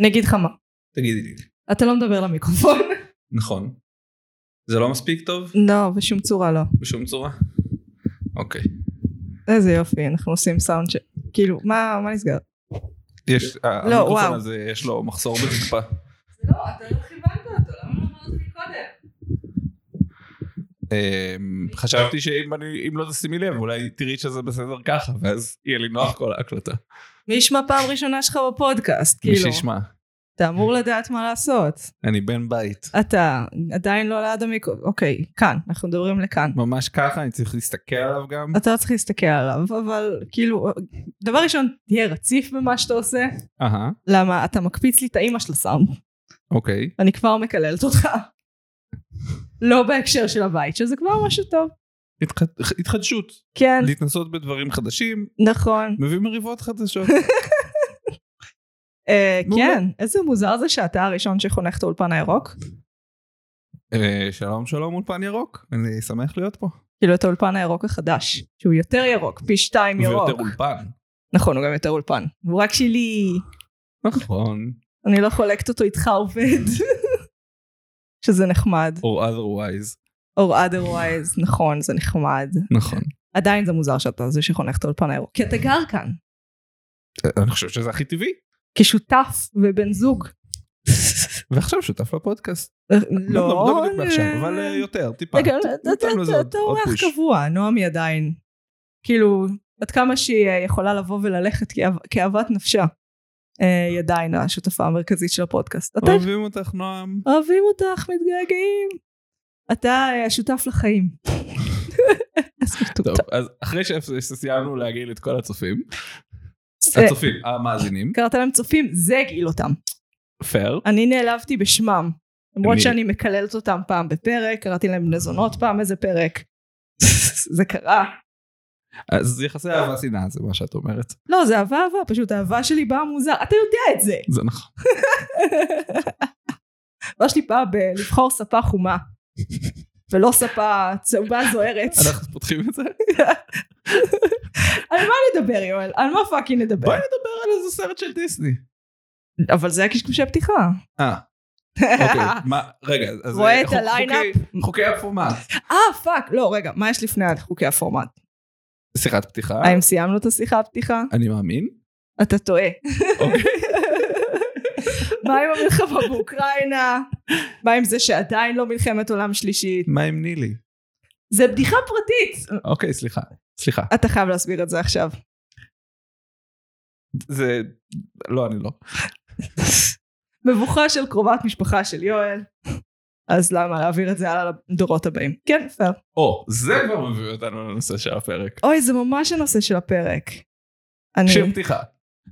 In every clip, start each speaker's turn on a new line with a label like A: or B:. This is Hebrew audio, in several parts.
A: אני אגיד לך מה,
B: תגידי לי.
A: אתה לא מדבר למיקרופון.
B: נכון. זה לא מספיק טוב
A: לא, בשום צורה לא.
B: בשום צורה? אוקיי.
A: איזה יופי, אנחנו עושים סאונד ש... כאילו, מה, מה נסגר?
B: יש, ה-
A: לא,
B: המיקרופון
A: וואו.
B: הזה יש לו מחסור בתקפה.
A: לא, אתה לא כיוונת אותו, למה לא אמרת לי קודם?
B: אמ, חשבתי שאם אני, אם לא תשימי לב אולי תראי שזה בסדר ככה ואז יהיה לי נוח כל ההקלטה.
A: מי ישמע פעם ראשונה שלך בפודקאסט,
B: מי
A: כאילו.
B: שישמע.
A: אתה אמור לדעת מה לעשות.
B: אני בן בית.
A: אתה עדיין לא ליד המיקרופון, אוקיי, כאן, אנחנו מדברים לכאן.
B: ממש ככה אני צריך להסתכל עליו גם.
A: אתה לא צריך להסתכל עליו, אבל כאילו, דבר ראשון, תהיה רציף במה שאתה עושה.
B: אהה,
A: למה? אתה מקפיץ לי את האימא של הסאונד.
B: אוקיי.
A: אני כבר מקללת אותך. לא בהקשר של הבית, שזה כבר משהו טוב.
B: התח- התחדשות.
A: כן,
B: להתנסות בדברים חדשים,
A: נכון.
B: מביאים מריבות חדשות.
A: אה,
B: מעולה.
A: כן, איזה מוזר זה שאתה הראשון שחונך את האולפן הירוק.
B: אה, שלום שלום אולפן ירוק, אני שמח להיות פה.
A: כאילו את האולפן הירוק החדש, שהוא יותר ירוק, פי שתיים ירוק.
B: ויותר אולפן.
A: נכון, הוא גם יותר אולפן. הוא רק שלי.
B: נכון.
A: אני לא חולקת אותו איתך עובד. שזה נחמד.
B: Or otherwise.
A: or otherwise, נכון, זה נחמד.
B: נכון.
A: עדיין זה מוזר שאתה זה שחונך את האולפן הירוק. כי אתה גר כאן,
B: אה, אני חושב שזה הכי טבעי.
A: כשותף ובן זוג.
B: ועכשיו שותף לפודקאסט.
A: לא,
B: לא בדיוק בעכשיו,
A: אה,
B: אבל אה, יותר, טיפה.
A: רגע,
B: ת-
A: אתה-
B: ניתן לזה
A: אתה-
B: עוד-
A: אתה
B: עוד
A: אורח
B: פוש.
A: קבוע, נועמי עדיין. כאילו, עד כמה שהיא אה, יכולה לבוא וללכת כאו- כאוות נפשה, אה, היא עדיין השותפה המרכזית של הפודקאסט. אתה,
B: אוהבים אותך נועם.
A: אוהבים אותך, מתגעגעים. אתה אה, השותף לחיים. אז מטומטם.
B: טוב, אז אחרי ש- שסיימנו להגעיל את כל הצופים,
A: אה,
B: הצופים, המאזינים,
A: קראת להם צופים, זה הגעיל אותם.
B: פייר,
A: אני נעלבתי בשמם. למרות
B: אני-
A: שאני מקללת אותם פעם בפרק, קראתי להם בני זונות פעם איזה פרק. זה קרה.
B: אז יחסי אהבה שנאה זה מה שאת אומרת.
A: לא, זה אהבה אהבה, פשוט האהבה שלי באה מוזר. אתה יודע את זה.
B: זה נכון.
A: האהבה שלי באה בלבחור ספה חומה. ולא ספה צהובה זוהרת.
B: אנחנו פותחים את זה.
A: על מה נדבר, יואל? על מה פאקינג נדבר?
B: בואי נדבר על איזה סרט של דיסני.
A: אבל זה הקשקושי הפתיחה.
B: אה, אוקיי, מה, רגע, אז... אה,
A: רואה את
B: חוק-
A: הליינאפ?
B: חוקי- חוקי הפורמט.
A: אה, פאק. לא, רגע, מה יש לפני חוקי הפורמט?
B: שיחת פתיחה,
A: האם סיימנו את השיחה הפתיחה?
B: אני מאמין.
A: אתה טועה.
B: אוקיי.
A: מה עם המלחמה באוקראינה? מה עם זה שעדיין לא מלחמת עולם שלישית?
B: מה עם נילי?
A: זה בדיחה פרטית.
B: אוקיי, סליחה. סליחה.
A: אתה חייב להסביר את זה עכשיו.
B: זה... לא, אני לא.
A: מבוכה של קרובת משפחה של יואל. אז למה להעביר את זה הלאה לדורות הבאים? כן, פייר.
B: או, זה כבר מביא אותנו לנושא של הפרק.
A: אוי, זה ממש הנושא של הפרק.
B: שיר
A: אני...
B: פתיחה.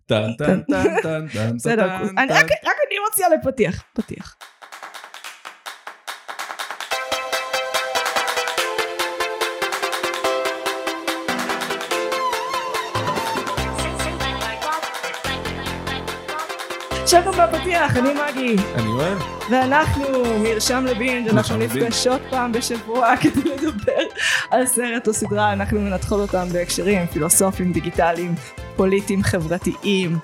B: טן טן טן טן טן
A: בסדר,
B: טן
A: אני- רק
B: טן.
A: רק אני מוציאה לפתיח. פתיח. שלום בפתיח, אני מגי.
B: אני אוהב.
A: ואנחנו מרשם לבינג', אנחנו
B: מרשם לבינג'.
A: נפגשות פעם בשבוע כדי לדבר על סרט או סדרה, אנחנו מנתחות אותם בהקשרים פילוסופיים, דיגיטליים, פוליטיים, חברתיים.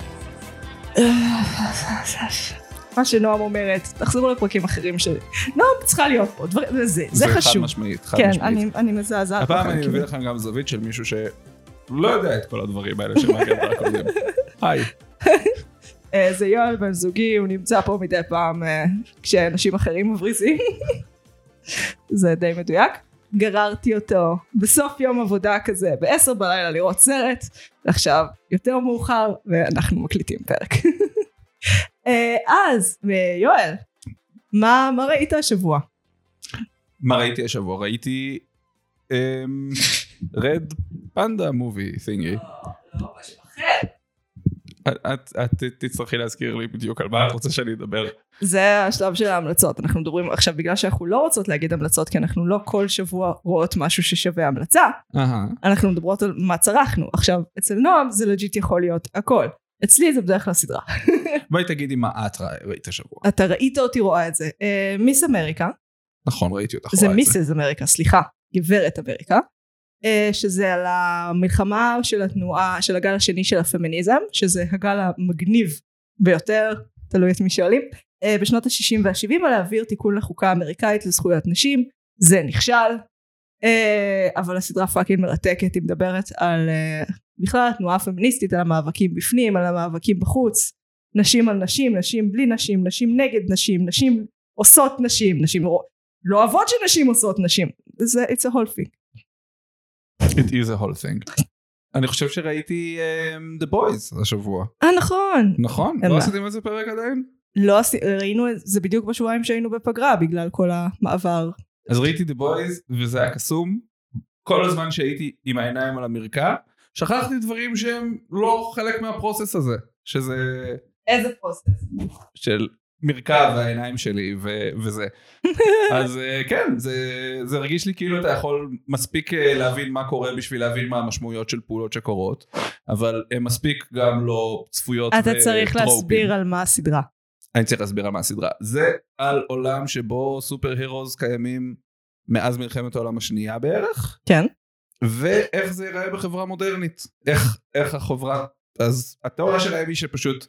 A: מה שנועם אומרת, תחזרו לפרקים אחרים שלי. נועם צריכה להיות פה, דבר, זה, זה, זה
B: חד
A: חשוב.
B: משמעית, חד
A: כן,
B: משמעית.
A: אני, אני מזעזעת.
B: הפעם
A: לכם,
B: אני
A: כאילו.
B: מביא לכם גם זווית של מישהו שלא יודע את כל הדברים האלה שמעגן הקודם. היי.
A: אה, זה יואל בן זוגי, הוא נמצא פה מדי פעם אה, כשאנשים אחרים מבריזים. זה די מדויק. גררתי אותו בסוף יום עבודה כזה, בעשר בלילה לראות סרט, ועכשיו יותר מאוחר, ואנחנו מקליטים פרק. אה, אז, אה, יואל, מה, מה ראית השבוע?
B: מה ראיתי השבוע? ראיתי... אמ, רד פנדה מובי תינגי. את את תצטרכי להזכיר לי בדיוק על מה את רוצה שאני אדבר.
A: זה השלב של ההמלצות, אנחנו מדברים עכשיו בגלל שאנחנו לא רוצות להגיד המלצות, כי אנחנו לא כל שבוע רואות משהו ששווה המלצה,
B: אהה.
A: אנחנו מדברות על מה צרכנו. עכשיו, אצל נועם זה לג'יט יכול להיות הכל. אצלי זה בדרך כלל סדרה.
B: בואי תגידי מה את רא- ראית השבוע.
A: אתה ראית אותי רואה את זה. אה, מיס אמריקה,
B: נכון, ראיתי אותך
A: זה
B: רואה את זה.
A: מיסס אמריקה, סליחה, גברת אמריקה, אה, שזה על המלחמה של התנועה, של הגל השני של הפמיניזם, שזה הגל המגניב ביותר, תלוי את מי שואלים, אה, בשנות ה-60 וה-70 על להעביר תיקון לחוקה האמריקאית לזכויות נשים, זה נכשל, אה, אבל הסדרה פאקינג מרתקת, היא מדברת על אה, בכלל התנועה הפמיניסטית, על המאבקים בפנים, על המאבקים בחוץ, נשים על נשים, נשים בלי נשים, נשים נגד נשים, נשים עושות נשים, נשים לא- לא אוהבות שנשים עושות נשים, זה it's a whole thing.
B: It is a whole thing. אני חושב שראיתי um, The Boys השבוע.
A: אה נכון,
B: נכון?
A: אין
B: לא
A: לה.
B: עשיתם איזה פרק עדיין?
A: לא עשי- ראינו את זה בדיוק בשבועיים שהיינו בפגרה בגלל כל המעבר.
B: אז ראיתי The Boys וזה היה קסום. כל הזמן שהייתי עם העיניים על המרקע, שכחתי דברים שהם לא חלק מהפרוסס הזה. שזה
A: איזה פרוסס.
B: של מרקע והעיניים שלי ו- וזה. אז אה, כן, זה, זה הרגיש לי כאילו אתה יכול מספיק אה, להבין מה קורה בשביל להבין מה המשמעויות של פעולות שקורות, אבל הן מספיק גם לא צפויות
A: אתה צריך
B: וטרופים.
A: להסביר על מה הסדרה.
B: אני צריך להסביר על מה הסדרה. זה על עולם שבו סופר הירוז קיימים מאז מלחמת העולם השנייה בערך,
A: כן.
B: ואיך זה ייראה בחברה מודרנית. איך, איך החברה... אז התיאוריה שלהם היא שפשוט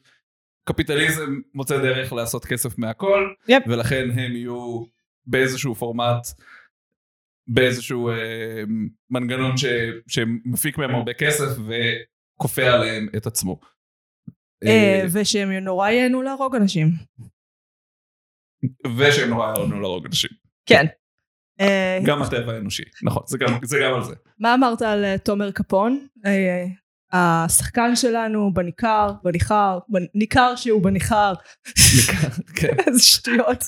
B: קפיטליזם מוצא דרך לעשות כסף מהכל,
A: יפ.
B: ולכן הם יהיו באיזשהו פורמט, באיזשהו אה, מנגנון ש, שמפיק מהם הרבה כסף וכופה עליהם את עצמו. אה,
A: ושהם נורא ייהנו להרוג אנשים.
B: ושהם נורא ירדנו להרוג אנשים.
A: כן. אה,
B: גם הטבע האנושי, נכון, זה גם, זה גם על זה.
A: מה אמרת על אה, תומר קפון? אה, אה, השחקן שלנו בניכר, בניכר, בנ- ניכר שהוא בניכר.
B: כן.
A: איזה שטויות.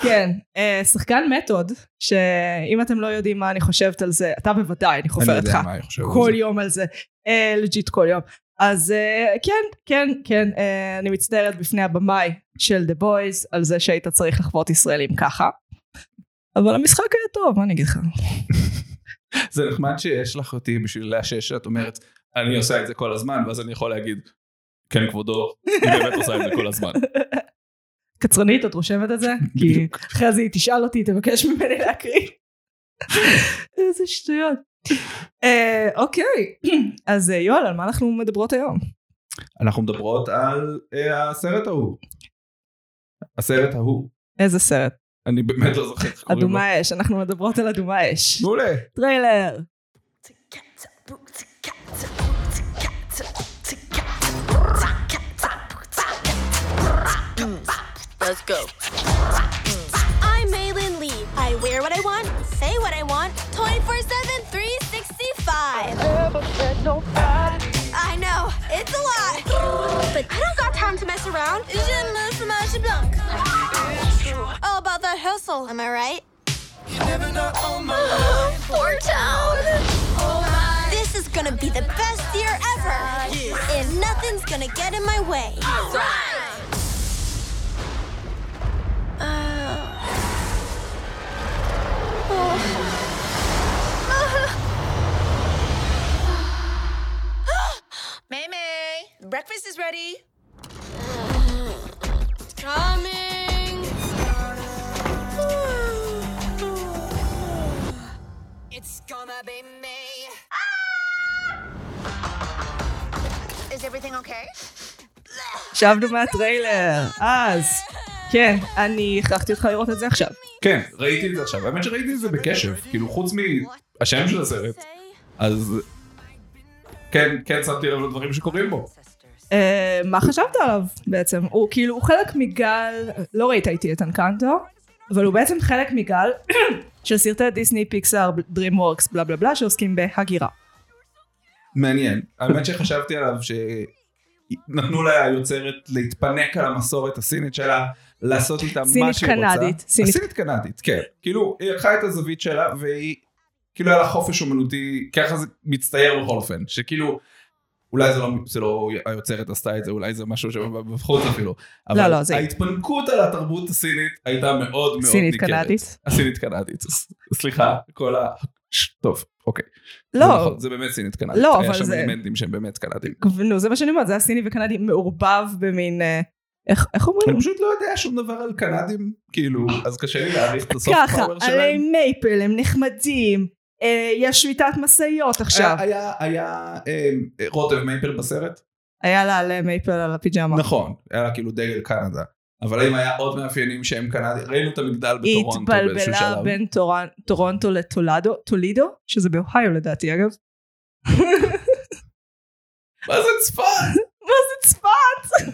A: כן, אה, שחקן מתוד, שאם אתם לא יודעים מה אני חושבת על זה, אתה בוודאי, אני חופרת לך.
B: מה אני חושב. על
A: כל
B: זה.
A: יום על זה, אה, לג'יט כל יום. אז אה, כן, כן, כן, אה, אני מצטערת בפני הבמאי של The Boys על זה שהיית צריך לחוות ישראלים ככה. אבל המשחק היה טוב, מה אני אגיד לך?
B: זה נחמד שיש לך אותי בשביל לאשש שאת אומרת, אני עושה את זה כל הזמן, ואז אני יכול להגיד, כן כבודו, היא באמת עושה את זה כל הזמן.
A: קצרנית, את רושמת את זה? כי
B: בדיוק.
A: אחרי זה היא תשאל אותי, תבקש ממני להקריא. איזה שטויות. אה, אוקיי, אז אה, יואל, על מה אנחנו מדברות היום?
B: אנחנו מדברות על אה, הסרט ההוא. הסרט ההוא.
A: איזה סרט?
B: אני באמת לא זוכר איך קוראים לו.
A: אדומה אש, אנחנו מדברות על אדומה אש.
B: מעולה.
A: טריילר.
C: Let's go.
D: I'm Maylin Lee. I wear what I want, say what I want, 24 7, 365. I know, it's a lot. But I don't got time to mess around. Je ne me fromage blanc. All about that hustle, am I right? Poor town. This is gonna be the best year ever. And nothing's gonna get in my way.
C: May May, breakfast is ready.
D: Coming.
C: It's gonna be me. Is everything okay?
A: שבנו מהטריילר, אז, כן, אני הכרחתי אותך לראות את זה עכשיו.
B: כן, ראיתי את זה עכשיו. האמת שראיתי את זה בקשב, כאילו חוץ מהשם של הסרט, אז כן, כן שמתי לב לדברים שקורים בו.
A: אה, מה חשבת עליו בעצם? הוא כאילו, הוא חלק מגל, לא ראית איתי את אנקנטו, אבל הוא בעצם חלק מגל של סרטי דיסני, פיקסאר, DreamWorks, בלה בלה בלה, שעוסקים בהגירה.
B: מעניין. האמת שחשבתי עליו שנתנו ליוצרת להתפנק על המסורת הסינית שלה, לעשות איתה מה
A: סינית
B: שהיא רוצה.
A: קנדית, סינית-
B: הסינית קנדית, כן. כאילו, היא לקחה את הזווית שלה והיא, כאילו היה לה חופש אומנותי, ככה זה מצטייר בכל אופן, שכאילו... אולי זה לא, זה לא היוצרת עשתה את זה, אולי זה משהו שבחוץ אפילו. אבל
A: לא, זה-
B: ההתפנקות על התרבות הסינית הייתה מאוד מאוד ניכרת.
A: סינית קנדית?
B: הסינית קנדית, ס- סליחה, כל ה... ש- טוב, אוקיי. זה,
A: לא,
B: נכון, זה באמת סינית קנדית.
A: לא,
B: היה
A: אבל
B: שם
A: זה-
B: אלמנטים שהם באמת קנדים.
A: נו, זה מה שאני אומרת, זה היה סיני וקנדי מעורבב במין, אה, איך- איך אומרים?
B: אני פשוט לא יודע שום דבר על קנדים, כאילו, אז קשה לי להעריך את הסוף
A: ככה,
B: פאוור
A: עלי
B: שלהם.
A: מייפל, הם נחמדים, אה, יש שביתת משאיות עכשיו.
B: היה, היה, היה אה, רוטב אמ, מייפל בסרט?
A: היה לה על אה, מייפל על הפיג'מה.
B: נכון, היה לה כאילו דגל קנדה. אבל האם היה עוד מאפיינים שהם קנדים? ראינו את המגדל
A: היא
B: בטורונטו באיזשהו
A: התבלבלה
B: שלב.
A: בין טורנ- טורונטו לטולידו, שזה באוהיו לדעתי אגב.
B: מה זה צפת?
A: מה זה צפת?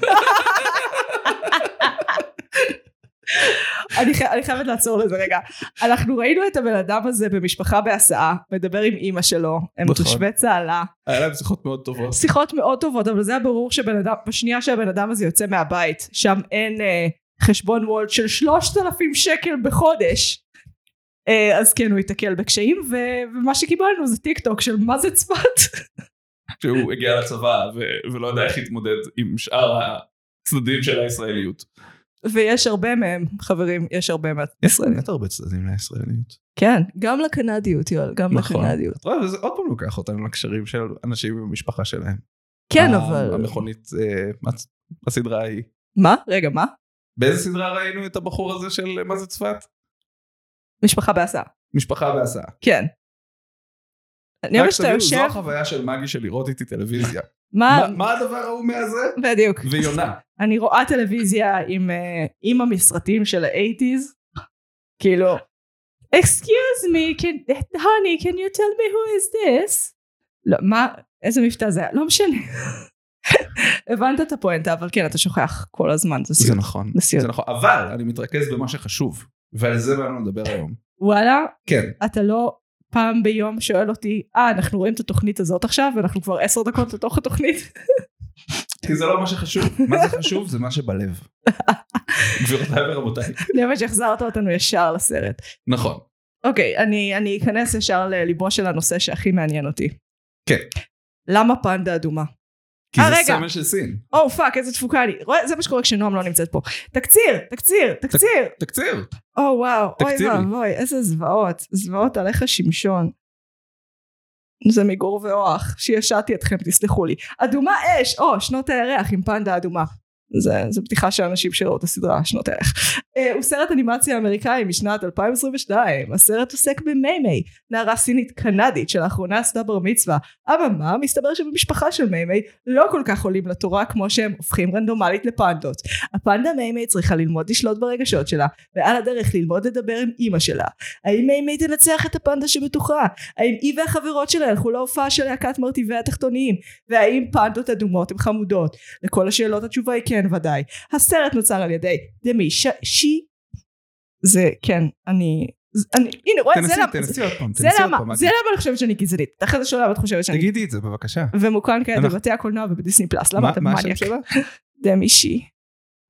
A: אני, חי... אני חייבת לעצור לזה רגע. אנחנו ראינו את הבן אדם הזה במשפחה בהסעה, מדבר עם אימא שלו, הם
B: נכון.
A: תושבי צהלה,
B: היה להם שיחות מאוד טובות.
A: שיחות מאוד טובות, אבל זה היה ברור שבן אדם, בשנייה שהבן אדם הזה יוצא מהבית, שם אין אה, חשבון וולט של 3,000 שקל בחודש. אה, אז כן, הוא ייתקל בקשיים, ו... ומה שקיבלנו זה טיק טוק של מה זה צפת.
B: כשהוא הגיע לצבא ו- ולא יודע איך להתמודד עם שאר הצדדים של הישראליות.
A: ויש הרבה מהם, חברים, יש הרבה מהישראלים.
B: הרבה צדדים לישראליות.
A: כן, גם לקנדיות, יואל, גם
B: נכון.
A: לקנדיות.
B: את רואה, וזה עוד פעם לוקח אותנו לקשרים של אנשים במשפחה שלהם.
A: כן,
B: ה-
A: אבל...
B: המכונית, אה, הצ- הסדרה ההיא.
A: מה? רגע, מה?
B: באיזה סדרה ראינו את הבחור הזה של אה, מה זה צפת?
A: משפחה בהסעה.
B: משפחה בהסעה.
A: כן. אני
B: רק
A: אומרת שאתה
B: שתבינו, זו
A: יושב... אה,
B: החוויה של מגי של לראות איתי טלוויזיה.
A: מה?
B: מה- מה הדבר ההוא מהזה?
A: בדיוק.
B: ויונה.
A: אני רואה טלוויזיה עם, אה, עם המסרטים של האייטיז, כאילו, excuse me, can, honey, can you tell me who is this? לא, מה, איזה מבטא זה היה? לא משנה. הבנת את הפואנטה, אבל כן, אתה שוכח כל הזמן, זה סיוט.
B: נכון.
A: נסיעות.
B: זה נכון. אבל אני מתרכז במה שחשוב, ועל זה באנו לדבר היום.
A: וואלה,
B: כן.
A: אתה לא פעם ביום שואל אותי, אה, אנחנו רואים את התוכנית הזאת עכשיו, ואנחנו כבר עשר דקות לתוך התוכנית.
B: כי זה לא מה שחשוב. מה זה חשוב? זה מה שבלב. גבירותיי ורבותיי.
A: אני חושבת שהחזרת אותנו ישר לסרט.
B: נכון.
A: אוקיי, אני, אני אכנס ישר לליבו של הנושא שהכי מעניין אותי.
B: כן.
A: למה פנדה אדומה?
B: כי
A: אה,
B: זה
A: רגע.
B: סמל של סין.
A: או פאק, איזה תפוקה אני. רואה, זה מה שקורה כשנועם לא נמצאת פה. תקציר, תקציר, תקציר.
B: תקציר.
A: או וואו, אוי
B: תקציר לי.
A: ואבוי, איזה זוועות. זוועות עליך שמשון. זה מגור ואוח, שישעתי אתכם, תסלחו לי. אדומה אש, או, שנות הירח עם פנדה אדומה. זה, זה בדיחה של אנשים שראו את הסדרה, שנות הירח. אה, הוא סרט אנימציה אמריקאי משנת 2022. הסרט עוסק במיימיי, נערה סינית קנדית שלאחרונה עשתה בר מצווה. אממה, מסתבר שבמשפחה של מיימיי לא כל כך עולים לתורה כמו שהם הופכים רנדומלית לפנדות. הפנדה מיימיי צריכה ללמוד לשלוט ברגשות שלה, ועל הדרך ללמוד לדבר עם אימא שלה. האם מימי תנצח את הפנדה שבתוכה? האם היא והחברות שלה ילכו להופעה של להקת מרטיבי התחתוניים? והאם פנדות אדומות הן חמודות? לכל השאלות התשובה היא כן ודאי. הסרט נוצר על ידי דמי ש... שי... זה כן, אני... זה- אני הנה רואה, זה
B: תנסי,
A: למה...
B: תנסי עוד פעם.
A: זה
B: תנסי עוד
A: למה,
B: פעם. כן? מגי.
A: זה למה אני חושבת שאני גזענית. אחרי זה שואלה ואת חושבת שאני...
B: תגידי את זה בבקשה.
A: ומוקרן כעת
B: אנחנו-
A: בבתי הקולנוע ובדיסני פלאס. למה
B: מה-
A: אתה
B: מה השם
A: מניאק?
B: שלה?
A: דמי שי.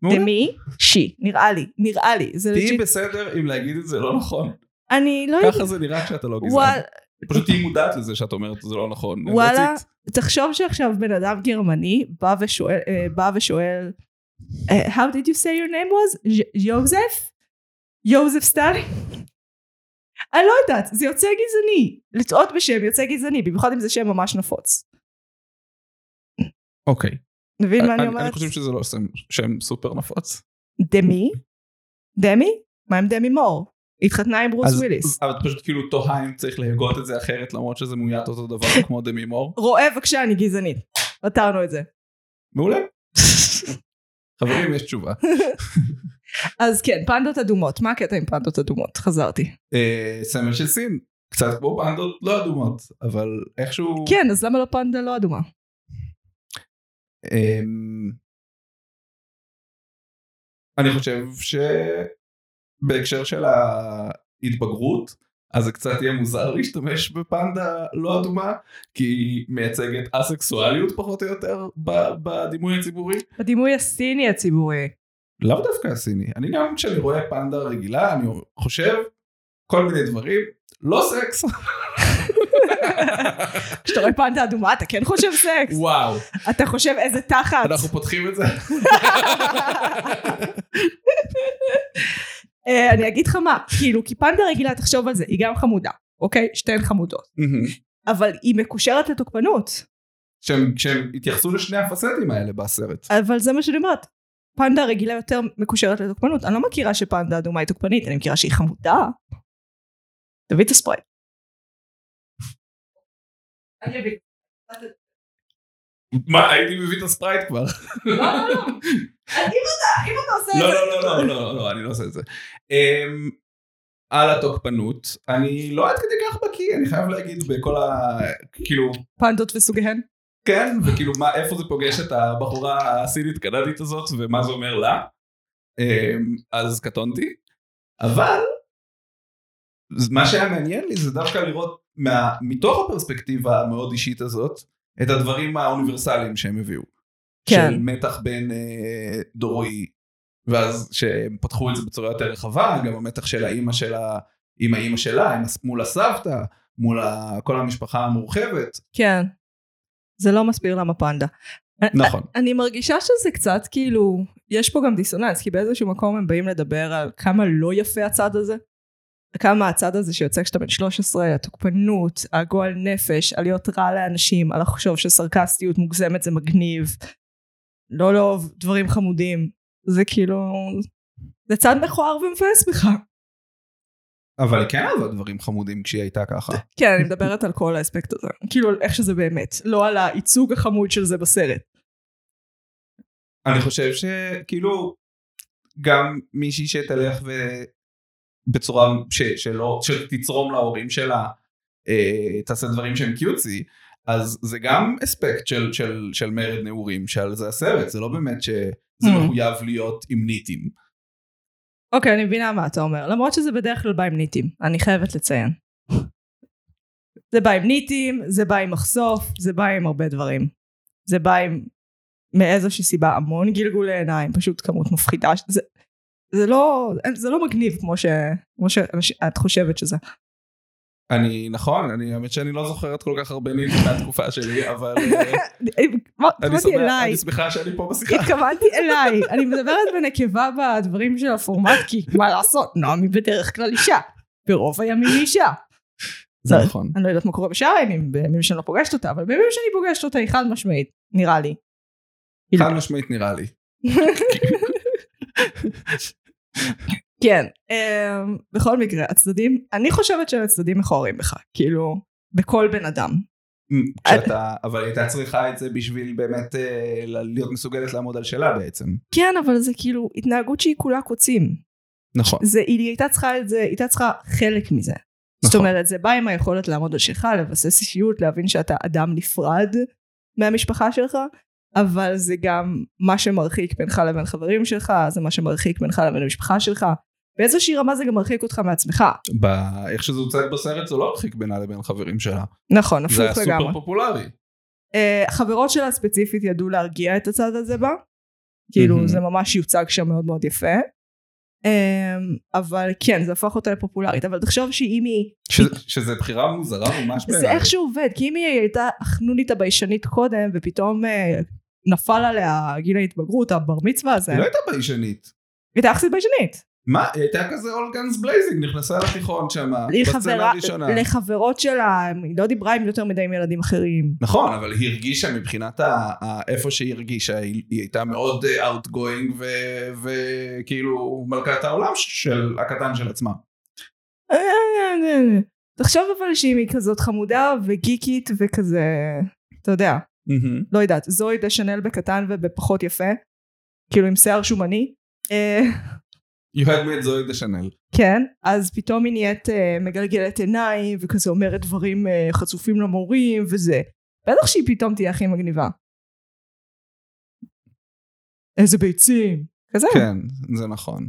B: מעולה.
A: דמי שי. נראה לי. נראה לי. זה
B: תהיי
A: לג'יט.
B: בסדר אם להגיד את זה לא נכון.
A: אני לא יודעת.
B: ככה זה נראה כשאתה לא
A: וואל-
B: גזען. פשוט תהיי מודעת לזה שאת אומרת זה לא נכון.
A: וואלה,
B: That's it.
A: תחשוב שעכשיו בן אדם גרמני בא ושואל, אה, בא ושואל, אה, How did you say your name was? יוזף? יוזף סטלין? אני לא יודעת, זה יוצא גזעני. לטעות בשם יוצא גזעני, במיוחד אם זה שם ממש נפוץ.
B: אוקיי.
A: מבין מה אני
B: אני
A: אומרת?
B: אני חושב שזה לא שם- שם סופר נפוץ.
A: דמי? דמי? מה עם דמי מור? היא התחתנה עם ברוס
B: אז-
A: וויליס.
B: אבל את פשוט כאילו תוהה אם צריך להגות את זה אחרת למרות שזה מאוית אותו דבר כמו דמי מור.
A: רואה בבקשה, אני גזענית. פתרנו את זה.
B: מעולה. חברים יש תשובה.
A: אז כן, פנדות אדומות. מה הקטע עם פנדות אדומות? חזרתי.
B: אה, סמל של סין. קצת כמו פנדות לא אדומות אבל איכשהו.
A: כן, אז למה לא פנדה לא אדומה?
B: אמ, אני חושב שבהקשר של ההתבגרות אז זה קצת יהיה מוזר להשתמש בפנדה לא אדומה כי היא מייצגת אסקסואליות פחות או יותר ב- בדימוי הציבורי.
A: הדימוי הסיני הציבורי.
B: לאו דווקא הסיני. אני גם כשאני רואה פנדה רגילה, אני חושב כל מיני דברים, לא סקס.
A: כשאתה רואה פנדה אדומה אתה כן חושב סקס?
B: וואו,
A: אתה חושב איזה תחת?
B: אנחנו פותחים את זה.
A: אה, אני אגיד לך מה, כאילו כי פנדה רגילה תחשוב על זה, היא גם חמודה, אוקיי? שתיהן חמודות. אבל היא מקושרת לתוקפנות.
B: שהם- כשהם התייחסו לשני הפסטים האלה בסרט.
A: אבל זה מה שאני אומרת. פנדה רגילה יותר מקושרת לתוקפנות. אני לא מכירה שפנדה אדומה היא תוקפנית, אני מכירה שהיא חמודה. תביא את הספרייט. אני אביא.
B: מה, הייתי מביא את הספרייט כבר.
A: לא, לא, לא. אם אתה, אם אתה עושה את
B: לא,
A: זה...
B: לא, לא, לא, לא, לא, אני לא עושה את זה. אמ, על התוקפנות, אני לא עד כדי כך בקיא, אני חייב להגיד בכל ה... כאילו,
A: פנדות וסוגיהן.
B: כן, וכאילו, מה, איפה זה פוגש את הבחורה הסינית-קנדית הזאת, ומה זה אומר לה? אמ, אז קטונתי. אבל, ז- מה שהיה מעניין לי זה דווקא לראות מה, מתוך הפרספקטיבה המאוד אישית הזאת, את הדברים האוניברסליים שהם הביאו.
A: כן.
B: של מתח בין אה, דורי, ואז שהם פתחו את זה בצורה יותר רחבה, גם המתח של האימא שלה עם האימא שלה, עם הס- מול הסבתא, מול ה, כל המשפחה המורחבת.
A: כן. זה לא מסביר למה פנדה.
B: נכון.
A: אני מרגישה שזה קצת כאילו, יש פה גם דיסוננס, כי באיזשהו מקום הם באים לדבר על כמה לא יפה הצד הזה, כמה הצד הזה שיוצא כשאתה בן 13, התוקפנות, הגועל נפש, על להיות רע לאנשים, על לחשוב שסרקסטיות מוגזמת זה מגניב, לא לאהוב דברים חמודים, זה כאילו, זה צד מכוער ומבאס בך.
B: אבל היא כן אהבה דברים חמודים כשהיא הייתה ככה.
A: כן, אני מדברת על כל האספקט הזה, כאילו על איך שזה באמת, לא על הייצוג החמוד של זה בסרט.
B: אני חושב שכאילו, גם מישהי שתלך ו... בצורה ש... שלא, שתצרום להורים שלה, אה, תעשה דברים שהם קיוצי, אז זה גם אספקט של, של, של מרד נעורים, שעל זה הסרט, זה לא באמת שזה
A: Mm.
B: מחויב להיות עם ניטים.
A: אוקיי, אני מבינה מה אתה אומר. למרות שזה בדרך כלל בא עם ניטים, אני חייבת לציין. זה בא עם ניטים, זה בא עם מחשוף, זה בא עם הרבה דברים. זה בא עם מאיזושהי סיבה המון גלגולי עיניים, פשוט כמות מפחידה. ש- זה, זה, לא, זה לא מגניב כמו, ש, כמו שאת חושבת שזה.
B: אני, נכון, אני, האמת שאני לא זוכרת כל כך הרבה ניטים מהתקופה שלי, אבל אה, אני,
A: התכוונתי
B: שמח,
A: אליי,
B: אני שמחה שאני פה בשיחה.
A: התכוונתי אליי. אני מדברת בנקבה בדברים של הפורמט, כי מה לעשות, נעמי בדרך כלל אישה. ברוב הימים היא אישה.
B: זה
A: טוב.
B: נכון.
A: אני לא יודעת מה קורה בשאר הימים, בימים שאני לא פוגשת אותה, אבל בימים שאני פוגשת אותה היא חד משמעית, נראה לי.
B: חד משמעית נראה לי.
A: כן. אמ, בכל מקרה, הצדדים, אני חושבת שהם הצדדים מכוערים בך, כאילו, בכל בן אדם.
B: כשאתה, אבל היא הייתה צריכה את זה בשביל באמת אה, ל- להיות מסוגלת לעמוד על שלה בעצם.
A: כן, אבל זה כאילו התנהגות שהיא כולה קוצים.
B: נכון.
A: זה, היא הייתה צריכה את זה, היא הייתה צריכה חלק מזה. זאת
B: נכון.
A: אומרת, זה בא עם היכולת לעמוד על שלך, לבסס אישיות, להבין שאתה אדם נפרד מהמשפחה שלך, אבל זה גם מה שמרחיק בינך לבין חברים שלך, זה מה שמרחיק בינך לבין המשפחה שלך. באיזושהי רמה זה גם מרחיק אותך מעצמך.
B: ב- איך שזה הוצג בסרט זה לא הרחיק בינה לבין חברים שלה.
A: נכון,
B: זה היה
A: הפוך לגמרי.
B: סופר פופולרי.
A: אה, החברות שלה ספציפית ידעו להרגיע את הצד הזה בה. כאילו
B: מהמם.
A: זה ממש יוצג שם מאוד מאוד יפה. אה, אבל כן, זה הפך אותה לפופולרית. אבל תחשוב שאם היא
B: ש- שזה בחירה מוזרה ממש
A: זה
B: בעיניי.
A: איך שעובד, כי אם היא הייתה החנונית הביישנית קודם, ופתאום אה, נפל עליה גיל ההתבגרות, הבר מצווה הזה,
B: היא לא
A: היא
B: הייתה ביישנית.
A: הייתה יחסית ביישנית.
B: מה, היא הייתה כזה אול גאנס בלייזינג, נכנסה לתיכון שם,
A: היא
B: בסצנה
A: חברה-
B: הראשונה.
A: לחברות שלה, היא לא דיברה עם יותר מדי עם ילדים אחרים.
B: נכון, אבל היא הרגישה מבחינת ה- ה- איפה שהיא הרגישה, היא היא הייתה מאוד אאוטגוינג וכאילו מלכת העולם של הקטן של עצמה.
A: אה, אה, אה, אה. תחשוב אבל שאם היא כזאת חמודה וגיקית וכזה, אתה יודע, לא יודעת, זוהי דה שנל בקטן ובפחות יפה, כאילו עם שיער שומני. אה,
B: You had me at זוהי דה שנל.
A: כן, אז פתאום היא נהיית אה, מגלגלת עיניים, וכזה אומרת דברים אה, חצופים למורים וזה. בטח שהיא פתאום תהיה הכי מגניבה. איזה ביצים. כזה.
B: כן, זה נכון.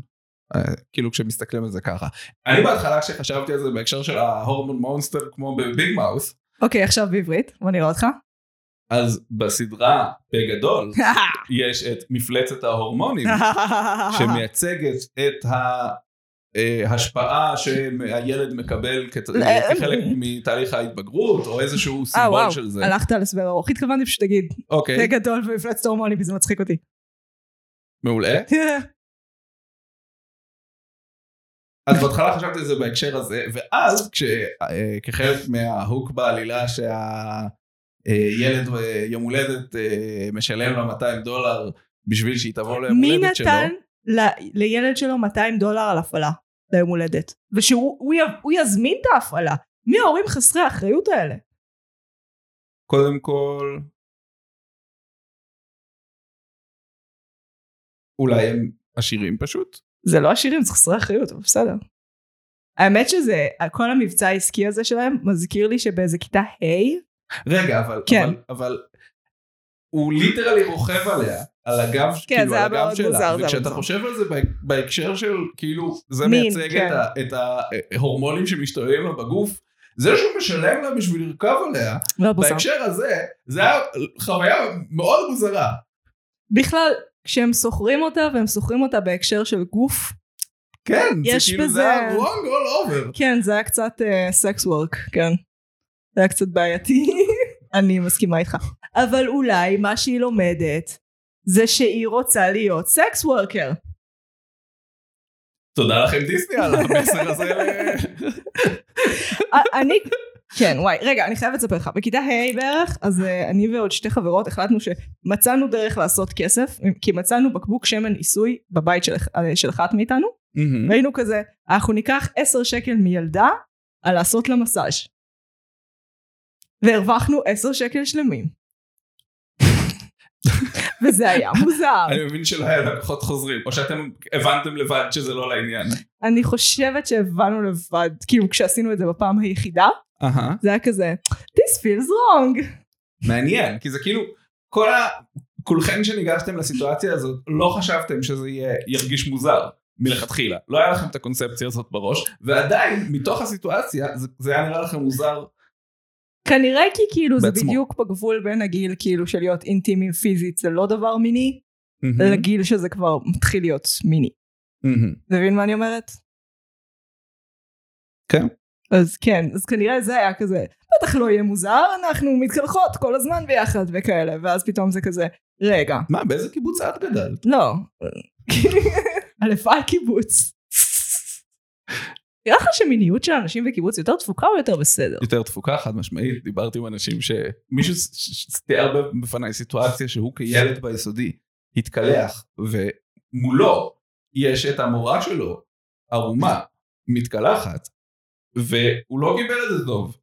B: אה, כאילו כשמסתכלים על זה ככה. אני בהתחלה כשחשבתי על זה בהקשר של ההורמון מונסטר כמו בביג מאוס,
A: אוקיי, עכשיו בעברית, בוא נראה אותך.
B: אז בסדרה בגדול יש את מפלצת ההורמונים
A: אה,
B: שמייצגת את אה, ההשפעה שהילד מקבל כת-
A: לא.
B: כחלק מתהליך ההתבגרות או איזשהו
A: אה,
B: סימבול
A: וואו,
B: של זה.
A: הלכת על הסבר ארוך. התכוונתי פשוט תגיד, זה
B: אוקיי,
A: גדול ומפלצת הורמונים, כי זה מצחיק אותי.
B: מעולה. אז בהתחלה חשבתי על זה בהקשר הזה, ואז כש- אה, כחלק מההוק בעלילה שהילד יום הולדת אה, משלם לה 200 דולר בשביל שהיא תבוא ליום
A: מי
B: הולדת שלו,
A: נתן ל- לילד שלו 200 דולר על הפעלה ליום הולדת? ושהוא הוא י- הוא יזמין את ההפעלה. מי ההורים חסרי האחריות האלה?
B: קודם כל, אולי הם עשירים פשוט?
A: זה לא עשירים, זה חסרי אחריות, אבל בסדר. האמת שזה, כל המבצע העסקי הזה שלהם מזכיר לי שבאיזה כיתה ה',
B: רגע, אבל...
A: כן.
B: אבל, אבל הוא ליטרלי רוכב עליה, על הגב,
A: כן,
B: כאילו,
A: זה היה
B: על הגב
A: מאוד
B: שלה.
A: מוזר, זה היה
B: וכשאתה
A: מוזר.
B: חושב על זה בהק- בהקשר של, כאילו, זה
A: מין,
B: מייצג
A: כן.
B: את, ה, את ההורמונים שמשתוללים לה בגוף, זה שהוא משלם לה בשביל לרכב עליה,
A: לא מוזר.
B: בהקשר הזה, זה היה חוויה מאוד מוזרה.
A: בכלל, כשהם שוכרים אותה, והם שוכרים אותה בהקשר של גוף,
B: כן,
A: יש
B: זה כאילו,
A: בזה-
B: זה היה wrong all over.
A: כן, זה היה קצת סקס uh, וורק, כן. זה היה קצת בעייתי. אני מסכימה איתך. אבל אולי מה שהיא לומדת זה שהיא רוצה להיות סקס וורקר.
B: תודה לכם דיסני על המסר הזה.
A: א- אה, אני... כן, וואי, רגע, אני חייבת לספר לך. בכיתה ה' בערך, אז אה, אני ועוד שתי חברות החלטנו שמצאנו דרך לעשות כסף, כי מצאנו בקבוק שמן עיסוי בבית של, אח- אה, של אחת מאיתנו, והיינו כזה, אנחנו ניקח עשר שקל מילדה על לעשות לה מסאז'. והרווחנו עשר שקל שלמים. וזה היה מוזר.
B: אני מבין שלא היה לקוחות חוזרים, או שאתם הבנתם לבד שזה לא לעניין.
A: אני חושבת שהבנו לבד, כאילו כשעשינו את זה בפעם היחידה,
B: אהה.
A: זה היה כזה, this feels wrong.
B: מעניין, כי זה כאילו, כל ה... כולכם שניגשתם לסיטואציה הזאת, לא חשבתם שזה יהיה, ירגיש מוזר מלכתחילה. לא היה לכם את הקונספציה הזאת בראש, ועדיין, מתוך הסיטואציה, זה, זה היה נראה לכם מוזר.
A: כנראה כי כאילו זה
B: בעצמו.
A: בדיוק בגבול בין הגיל כאילו של להיות אינטימי פיזית זה לא דבר מיני,
B: Mm-hmm.
A: לגיל שזה כבר מתחיל להיות מיני.
B: מהמם.
A: אתה מבין מה אני אומרת?
B: כן.
A: אז כן, אז כנראה זה היה כזה, בטח לא יהיה מוזר, אנחנו מתקלחות כל הזמן ביחד וכאלה, ואז פתאום זה כזה, רגע,
B: מה, באיזה קיבוץ את גדלת?
A: לא. הלוואי קיבוץ. נראה לך שמיניות של אנשים בקיבוץ יותר תפוקה או יותר בסדר?
B: יותר תפוקה חד משמעית, דיברתי עם אנשים ש... מישהו ש- ש- ש- תיאר ב- בפניי סיטואציה שהוא כילד ביסודי התקלח, ומולו יש את המורה שלו, ערומה, מתקלחת, והוא לא קיבל את זה טוב.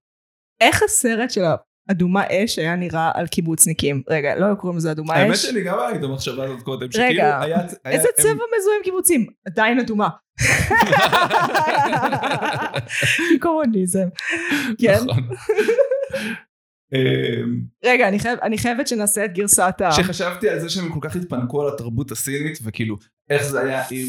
A: איך הסרט של האדומה אש היה נראה על קיבוצניקים? רגע, לא היו קוראים לזה אדומה
B: האמת
A: אש?
B: שאני גם היה לי את המחשבה הזאת קודם, שכאילו
A: רגע,
B: היה... היה- אמ-
A: איזה
B: הם-
A: צבע מזוהה עם קיבוצים? עדיין אדומה. קומוניזם. כן.
B: נכון. אמ,
A: רגע, אני חייב- אני חייבת שנעשה את גרסת ה...
B: שחשבתי על זה שהם כל כך התפנקו על התרבות הסינית וכאילו איך זה היה אם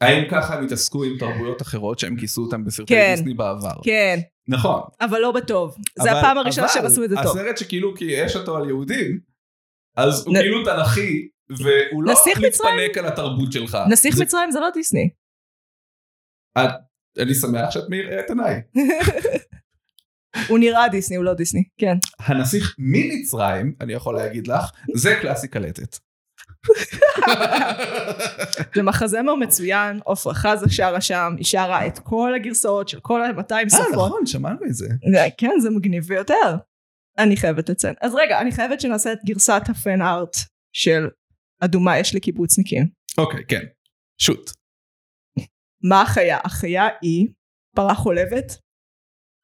B: האם ככה הם התעסקו עם תרבויות אחרות שהם כיסו אותם בסרטי
A: כן.
B: דיסני בעבר.
A: כן,
B: נכון.
A: אבל לא בטוב. זה
B: אבל-
A: הפעם הראשונה
B: אבל
A: שהם עשו את זה טוב.
B: הסרט שכאילו כי יש אותו על יהודים אז הוא
A: נ-
B: כאילו תנכי והוא לא
A: נסיך מצרים?
B: מתפנק על התרבות שלך.
A: נסיך
B: זה-
A: מצרים זה לא דיסני.
B: אני שמח שאת מאירה את עיניי.
A: הוא נראה דיסני, הוא לא דיסני. כן.
B: הנסיך ממצרים אני יכול להגיד לך זה קלאסי קלטת.
A: זה מחזמר מצוין, עפרה חזה שרה שם, היא שרה את כל הגרסאות של כל ה-200
B: אה
A: שפות.
B: נכון שמענו את זה.
A: זה- כן, זה מגניב ביותר. אני חייבת לציין. אז רגע, אני חייבת שנעשה את גרסת הפן ארט של אדומה יש לקיבוצניקים.
B: אוקיי כן. שוט.
A: מה החיה? החיה היא פרה חולבת,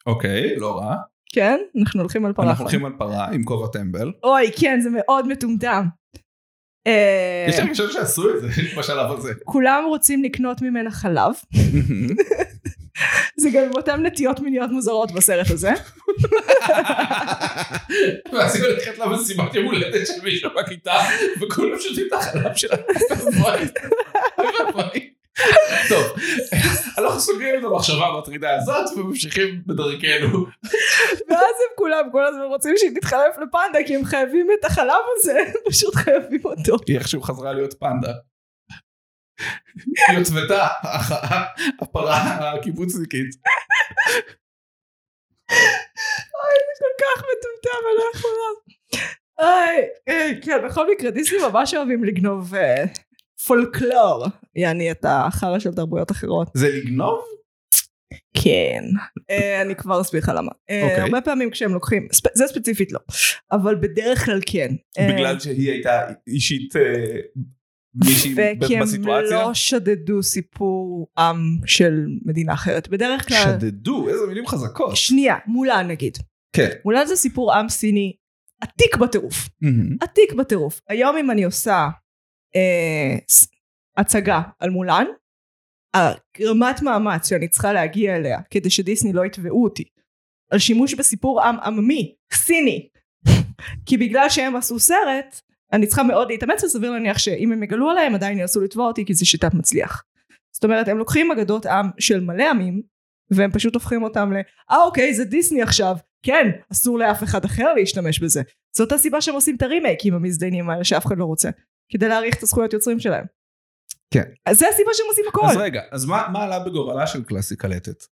B: אוקיי לא רע.
A: כן? אנחנו הולכים על פרה
B: אנחנו
A: חולבת.
B: הולכים על פרה עם כובע טמבל.
A: אוי, כן, זה מאוד מטומטם. אה,
B: יש לי הרגשה שעשו את זה בשלב הזה.
A: כולם רוצים לקנות ממנה חלב. זה גם עם אותן נטיות מיניות מוזרות בסרט הזה.
B: ואז היא הולכת למסיבת יום הולדת של מישהו בכיתה, וכולם שותים את החלב שלה. טוב, אנחנו סוגרים את המחשבה המטרידה הזאת וממשיכים בדרכנו.
A: ואז הם כולם כל הזמן רוצים שהיא תתחלף לפנדה, כי הם חייבים את החלב הזה, פשוט חייבים אותו.
B: היא איכשהו חזרה להיות פנדה. היא הוצבתה, הפרה הקיבוצניקית.
A: אוי, זה כל כך מטומטם, אני לא יכולה. אוי, אה, כן, בכל מקרה, דיסני ממש אוהבים לגנוב אה, פולקלור, יעני את החרא של תרבויות אחרות.
B: זה לגנוב?
A: כן. אה, אני כבר אסביר לך למה. אה,
B: אוקיי.
A: הרבה פעמים כשהם לוקחים, ספ- זה ספציפית לא, אבל בדרך כלל כן. אה,
B: בגלל שהיא הייתה אישית אה, מישהי
A: וכי הם
B: בסיטואציה?
A: לא שדדו סיפור עם של מדינה אחרת. בדרך כלל...
B: שדדו, איזה מילים חזקות.
A: שנייה, מולן נגיד.
B: כן.
A: מולן זה סיפור עם סיני עתיק בטירוף. עתיק בטירוף. היום אם אני עושה אה, ס- הצגה על מולן, רמת מאמץ שאני צריכה להגיע אליה כדי שדיסני לא יתבעו אותי, על שימוש בסיפור עם עממי, סיני, כי בגלל שהם עשו סרט, אני צריכה מאוד להתאמץ וסביר להניח שאם הם יגלו עליי הם עדיין ינסו לתבוע אותי כי זו שיטת מצליח. זאת אומרת הם לוקחים אגדות עם של מלא עמים והם פשוט הופכים אותם ל אה אוקיי זה דיסני עכשיו כן אסור לאף אחד אחר להשתמש בזה זאת הסיבה שהם עושים את הרימייקים המזדיינים האלה שאף אחד לא רוצה כדי להעריך את הזכויות יוצרים שלהם
B: כן.
A: אז זה הסיבה שהם עושים
B: אז
A: הכל
B: רגע, אז מה מה עלה בגורלה של קלאסי קלטת?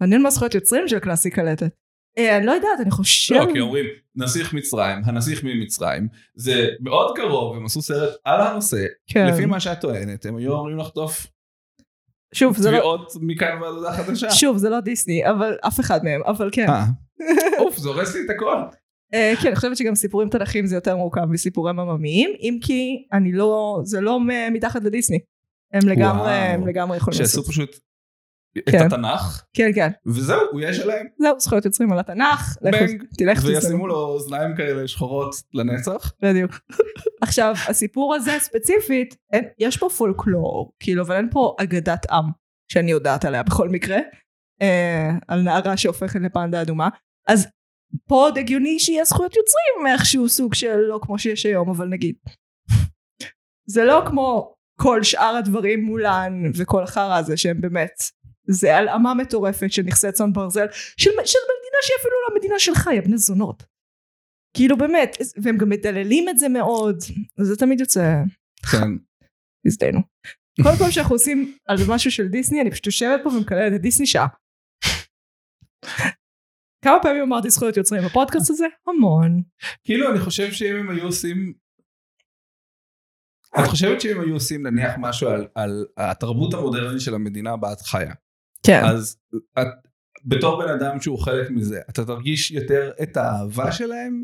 A: מעניין מה זכויות יוצרים של קלאסי קלטת אה, אני לא יודעת אני חושב
B: לא, כי אומרים, נסיך מצרים, הנסיך ממצרים, זה מאוד קרוב, הם עשו סרט על הנושא,
A: כן.
B: לפי מה שאת טוענת, הם היו אמורים לחטוף
A: שוב זה לא
B: תביעות מכאן ועד הודעה חדשה.
A: שוב זה לא דיסני אבל אף אחד מהם אבל כן
B: אה. אוף, זה הורס לי את הכל.
A: אה, כן, אני חושבת שגם סיפורים תנכיים זה יותר מורכב מסיפורים עממיים, אם כי אני לא, זה לא מ- מתחת לדיסני. הם לגמרי,
B: וואו.
A: הם לגמרי יכולים
B: שעשו
A: לעשות.
B: פשוט את
A: כן.
B: התנ"ך,
A: כן, כן.
B: וזהו, הוא יש עליהם,
A: זהו, זכויות יוצרים על התנ"ך, לכו-
B: בנג,
A: תלך
B: וישימו לו אוזניים כאלה שחורות לנצח.
A: בדיוק. עכשיו, הסיפור הזה ספציפית, אין, יש פה פולקלור, כאילו, אבל אין פה אגדת עם, שאני יודעת עליה בכל מקרה, אה, על נערה שהופכת לפנדה אדומה, אז פה עוד הגיוני שיהיה זכויות יוצרים איכשהו סוג של לא כמו שיש היום, אבל נגיד. זה לא כמו כל שאר הדברים מולן וכל החרא הזה שהם באמת, זה הלאמה מטורפת של נכסי צאן ברזל, של, של מדינה שהיא אפילו לא המדינה שלך, יא בני זונות. כאילו באמת, והם גם מדללים את זה מאוד, אז זה תמיד יוצא,
B: כן.
A: הזדהינו. כל פעם שאנחנו עושים על משהו של דיסני, אני פשוט יושבת פה ומקללת את דיסני שעה. כמה פעמים אמרתי זכויות יוצרים בפודקאסט הזה? המון.
B: כאילו, אני חושב שאם הם היו עושים...
A: אה.
B: את חושבת שאם היו עושים נניח משהו על, על התרבות המודרנית של המדינה בה את חיה,
A: כן.
B: אז את, בתור בן אדם שהוא חלק מזה, אתה תרגיש יותר את האהבה שלהם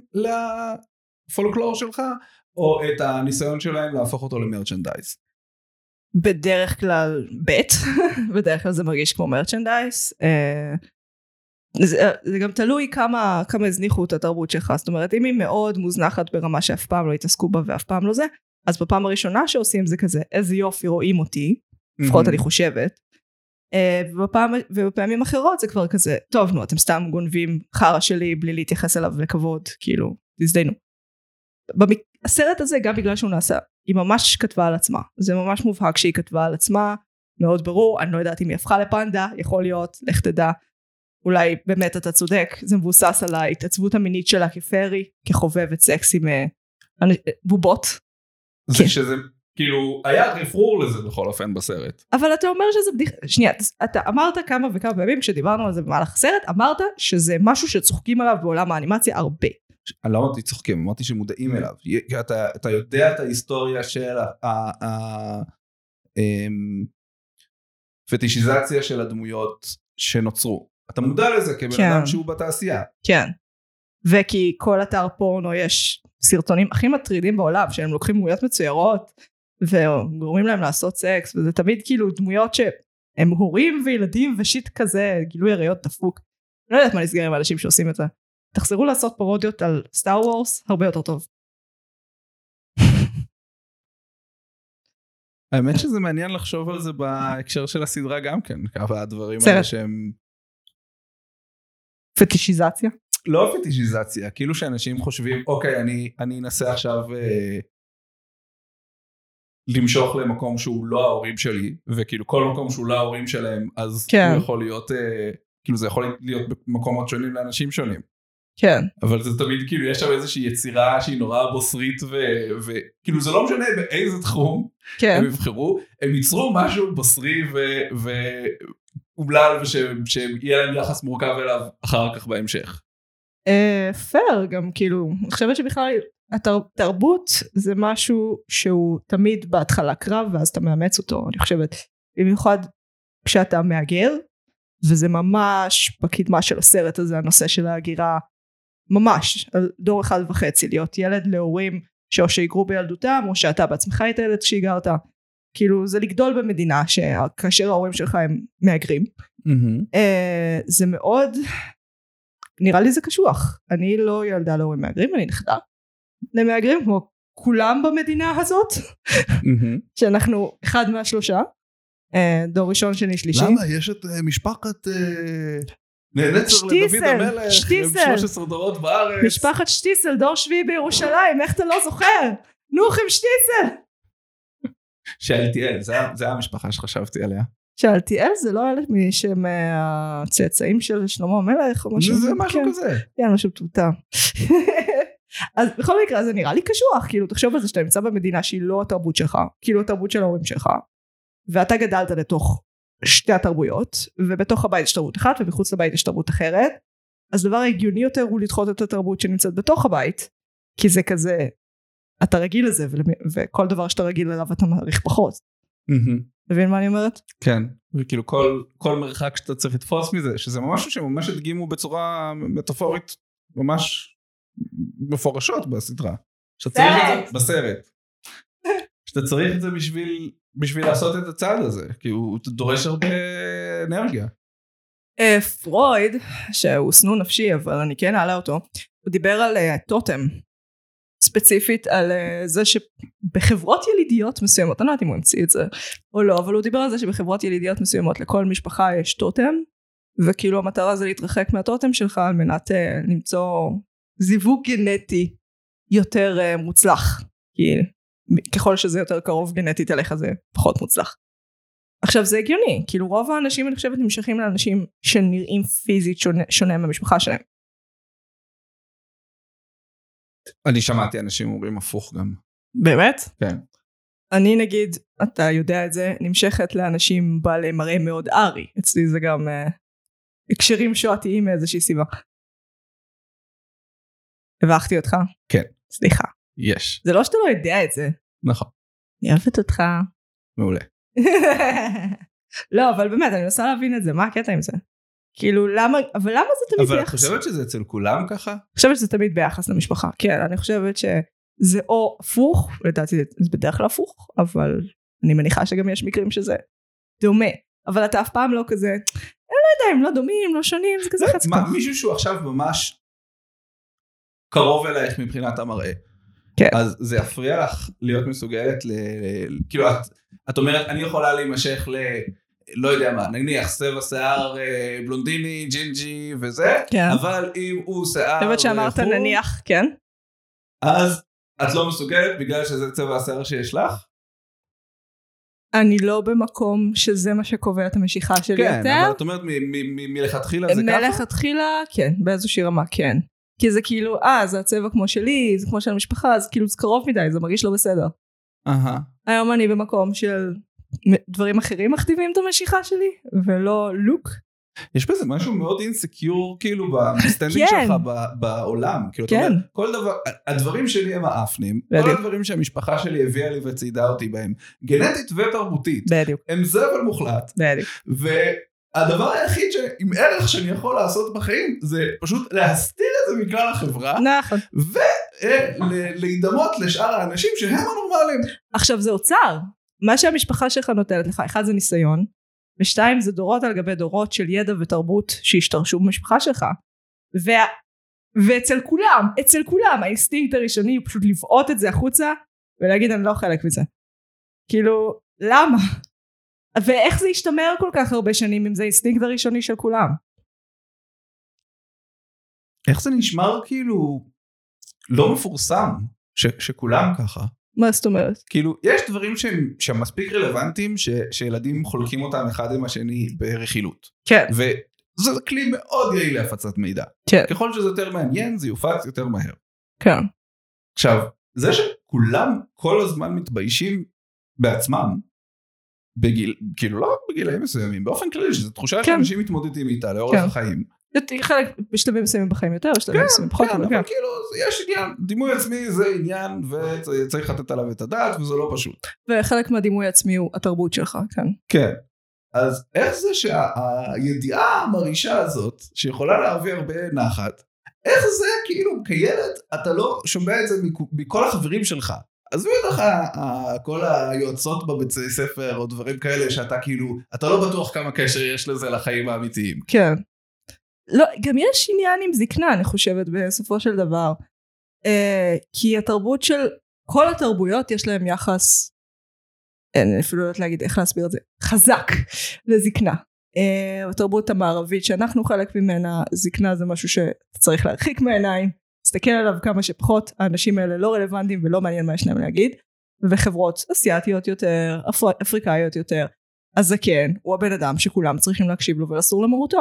B: לפולקלור שלך, או את הניסיון שלהם להפוך אותו למרצ'נדייז?
A: בדרך כלל בית, בדרך כלל זה מרגיש כמו מרצ'נדייז. אה, זה, אה, זה גם תלוי כמה, כמה הזניחו את התרבות שלך, זאת אומרת אם היא מאוד מוזנחת ברמה שאף פעם לא התעסקו בה ואף פעם לא זה, אז בפעם הראשונה שעושים זה כזה, איזה יופי רואים אותי,
B: Mm.
A: לפחות אני חושבת. אה, ובפעם, ובפעמים אחרות זה כבר כזה, טוב נו אתם סתם גונבים חרא שלי בלי להתייחס אליו לכבוד, כאילו, תזדיינו. במק... הסרט הזה גם בגלל שהוא נעשה, היא ממש כתבה על עצמה, זה ממש מובהק שהיא כתבה על עצמה, מאוד ברור, אני לא יודעת אם היא הפכה לפנדה, יכול להיות, לך תדע. אולי באמת אתה צודק, זה מבוסס על ההתעצבות המינית שלה כפרי, כחובבת סקס עם אה, אנ- אה, בובות.
B: זה
A: כן.
B: שזה, כאילו, היה רפרור לזה בכל אופן בסרט.
A: אבל אתה אומר שזה בדיחה, שנייה, ת- אתה אמרת כמה וכמה פעמים כשדיברנו על זה במהלך הסרט, אמרת שזה משהו שצוחקים עליו בעולם האנימציה הרבה.
B: אני לא אמרתי צוחקים, אמרתי שמודעים אליו. י- אתה, Mm. אתה יודע את ההיסטוריה של ה- ה- ה- אמ, פטישיזציה של הדמויות שנוצרו. אתה מודע לזה כבן
A: כן.
B: אדם שהוא בתעשייה.
A: כן. וכי כל אתר פורנו יש סרטונים הכי מטרידים בעולם, שהם לוקחים דמויות מצוירות, וגורמים להם לעשות סקס, וזה תמיד כאילו דמויות שהם הורים וילדים ושיט כזה, גילוי עריות דפוק. לא יודעת מה נסגר עם האנשים שעושים את זה. תחזרו לעשות פרודיות על סטאר וורס, הרבה יותר טוב.
B: האמת שזה מעניין לחשוב על זה בהקשר של הסדרה גם כן, כמה הדברים
A: סרט.
B: האלה שהם
A: פטישיזציה.
B: לא פטישיזציה, כאילו שאנשים חושבים, אוקיי, אני, אני אנסה עכשיו אה, למשוך למקום שהוא לא ההורים שלי, וכאילו כל מקום שהוא לא ההורים שלהם, אז
A: כן.
B: כן. הוא יכול להיות, אה, כאילו זה יכול להיות במקומות שונים לאנשים שונים.
A: כן.
B: אבל זה תמיד כאילו יש שם איזושהי יצירה שהיא נורא בוסרית ו- וכאילו זה לא משנה באיזה תחום
A: כן.
B: הם יבחרו, הם ייצרו משהו בוסרי ו- ואומלל ושיהיה להם יחס מורכב אליו אחר כך בהמשך.
A: אה, פייר גם כאילו, אני חושבת שבכלל התרבות זה משהו שהוא תמיד בהתחלה קרב ואז אתה מאמץ אותו, אני חושבת, במיוחד כשאתה מהגר, וזה ממש בקדמה של הסרט הזה, הנושא של ההגירה, ממש, על דור אחד וחצי, להיות ילד להורים שאו שהיגרו בילדותם, או שאתה בעצמך היית ילד כשהיגרת. כאילו זה לגדול במדינה שכאשר ההורים שלך הם מהגרים, אה, זה מאוד, נראה לי זה קשוח. אני לא ילדה להורים מהגרים, אני נכדה למהגרים כמו כולם במדינה הזאת,
B: מהמם.
A: שאנחנו אחד מהשלושה, אה, דור ראשון, שני, שלישי.
B: למה? יש את אה, משפחת... אה, נענצר לדוד
A: שטיסל,
B: המלך, הם
A: שטיסל.
B: 13 דורות בארץ.
A: משפחת שטיסל, דור שביעי בירושלים, איך אתה לא זוכר? נוחם שטיסל!
B: שאלתיאל, זה ה- זה המשפחה שחשבתי עליה.
A: שאלתיאל זה לא אלה משם אה, הצאצאים של שלמה המלך או משהו?
B: זה זה משהו
A: כן.
B: כזה.
A: כן, משהו מטומטם. אז בכל מקרה זה נראה לי קשוח, כאילו תחשוב על זה שאתה נמצא במדינה שהיא לא התרבות שלך, כאילו התרבות של ההורים שלך, ואתה גדלת לתוך שתי התרבויות, ובתוך הבית יש תרבות אחת ומחוץ לבית יש תרבות אחרת, אז דבר הגיוני יותר הוא לדחות את התרבות שנמצאת בתוך הבית, כי זה כזה, אתה רגיל לזה, ולמי- וכל דבר שאתה רגיל אליו אתה מעריך פחות.
B: מהמם.
A: מבין מה אני אומרת?
B: כן, וכאילו כל, כל מרחק שאתה צריך לתפוס מזה, שזה משהו שממש הדגימו בצורה מטאפורית ממש מפורשות בסדרה. שאתה צריך את זה- בסרט. שאתה צריך את זה בשביל, בשביל לעשות את הצעד הזה, כי הוא דורש הרבה אנרגיה.
A: אה, פרויד, שהוא שנוא נפשי אבל אני כן אעלה אותו, הוא דיבר על אה, טוטם. ספציפית על אה, זה שבחברות ילידיות מסוימות, אני לא יודעת אם הוא המציא את זה או לא, אבל הוא דיבר על זה שבחברות ילידיות מסוימות לכל משפחה יש טוטם, וכאילו המטרה זה להתרחק מהטוטם שלך על מנת אה, למצוא זיווג גנטי יותר אה, מוצלח. כי ככל שזה יותר קרוב גנטית אליך זה פחות מוצלח. עכשיו זה הגיוני, כאילו רוב האנשים אני חושבת נמשכים לאנשים שנראים פיזית שונה, שונה מהמשפחה שלהם.
B: אני שמעתי אנשים אומרים הפוך גם.
A: באמת?
B: כן.
A: אני נגיד, אתה יודע את זה, נמשכת לאנשים בעלי מראה מאוד ארי. אצלי זה גם אה, הקשרים שואתיים מאיזושהי סיבה. הבכתי אותך?
B: כן.
A: סליחה.
B: יש.
A: זה לא שאתה לא יודע את זה.
B: נכון.
A: אני אוהבת אותך.
B: מעולה.
A: לא, אבל באמת, אני מנסה להבין את זה, מה הקטע עם זה? כאילו, למה, אבל למה זה תמיד
B: אבל את
A: ביחס?
B: חושבת שזה אצל כולם ככה?
A: אני חושבת שזה תמיד ביחס למשפחה. כן, אני חושבת שזה או הפוך, לדעתי זה זה בדרך כלל הפוך, אבל אני מניחה שגם יש מקרים שזה דומה. אבל אתה אף פעם לא כזה, אני לא יודע, הם לא דומים, לא שונים, זה כזה חצי
B: מה,
A: כך.
B: מישהו שהוא עכשיו ממש קרוב אלייך מבחינת המראה.
A: כן.
B: אז זה יפריע לך להיות מסוגלת ל... ל- כאילו את, את אומרת אני יכולה להימשך ל... לא יודע מה, נניח צבע שיער אה, בלונדיני, ג'ינג'י וזה,
A: כן.
B: אבל אם הוא שיער...
A: אני חושבת שאמרת
B: חום,
A: נניח, כן?
B: אז את לא מסוגלת בגלל שזה צבע השיער שיש לך?
A: אני לא במקום שזה מה שקובע את המשיכה שלי
B: כן,
A: יותר.
B: אבל את אומרת מ- מ- מ- מלכתחילה זה ככה?
A: מלכתחילה, כן, באיזושהי רמה, כן. כי זה כאילו, אה, זה הצבע כמו שלי, זה כמו של המשפחה, זה כאילו, זה קרוב מדי, זה מרגיש לא בסדר.
B: אהה.
A: היום אני במקום של מ- דברים אחרים מכתיבים את המשיכה שלי, ולא לוק.
B: יש בזה משהו מאוד אינסקיור כאילו בסטנדינג
A: כן.
B: שלך ב- בעולם. כאילו אתה
A: כן.
B: אומר, כל דבר, הדברים שלי הם האפנים, כל
A: בדיוק.
B: הדברים שהמשפחה שלי הביאה לי וציידה אותי בהם, גנטית ותרבותית,
A: בדיוק,
B: הם זבל מוחלט,
A: בדיוק.
B: והדבר היחיד שעם ערך שאני יכול לעשות בחיים זה פשוט להסתיר את זה מכלל החברה,
A: נכון.
B: ולהידמות לשאר האנשים שהם הנורמלים.
A: עכשיו זה אוצר. מה שהמשפחה שלך נותנת לך, אחד זה ניסיון, ושתיים זה דורות על גבי דורות של ידע ותרבות שהשתרשו במשפחה שלך. וה... ואצל כולם, אצל כולם, האינסטינקט הראשוני הוא פשוט לבעוט את זה החוצה ולהגיד אני לא חלק מזה. כאילו, למה? ואיך זה השתמר כל כך הרבה שנים אם זה האינסטינקט הראשוני של כולם?
B: איך זה נשמר כאילו לא מפורסם, ש- שכולם ככה.
A: מה זאת אומרת?
B: כאילו יש דברים שהם, שהם מספיק רלוונטיים ש, שילדים חולקים אותם אחד עם השני ברכילות
A: כן.
B: וזה כלי מאוד יעיל להפצת מידע
A: כן.
B: ככל שזה יותר מעניין זה יופץ יותר מהר
A: כן.
B: עכשיו זה שכולם כל הזמן מתביישים בעצמם בגיל כאילו לא רק בגילאים מסוימים באופן כללי שזו תחושה
A: כן.
B: שאנשים מתמודדים איתה לאורך
A: כן.
B: החיים
A: חלק בשלבים מסוימים בחיים יותר, בשלבים מסוימים פחות.
B: כן,
A: אבל
B: אבל
A: כן.
B: כאילו יש עניין דימוי עצמי זה עניין וצריך לתת עליו את הדעת וזה לא פשוט
A: וחלק מהדימוי העצמי הוא התרבות שלך, כן.
B: כן. אז איך זה שהידיעה המרעישה הזאת, שיכולה להביא הרבה נחת, איך זה כאילו כילד אתה לא שומע את זה מכו- מכל החברים שלך? עזבי אותך ה- ה- כל היועצות בבית ספר או דברים כאלה שאתה כאילו, אתה לא בטוח כמה קשר יש לזה לחיים האמיתיים.
A: כן. לא, גם יש עניין עם זקנה, אני חושבת, בסופו של דבר. אה, כי התרבות של כל התרבויות יש להם יחס, אני אפילו לא יודעת להגיד איך להסביר את זה, חזק לזקנה. אה, התרבות המערבית שאנחנו חלק ממנה, זקנה זה משהו שצריך להרחיק מהעיניים, להסתכל עליו כמה שפחות, האנשים האלה לא רלוונטיים ולא מעניין מה יש להם להגיד, וחברות אסיאתיות יותר, אפר, אפריקאיות יותר, הזקן הוא הבן אדם שכולם צריכים להקשיב לו ואסור למרותו.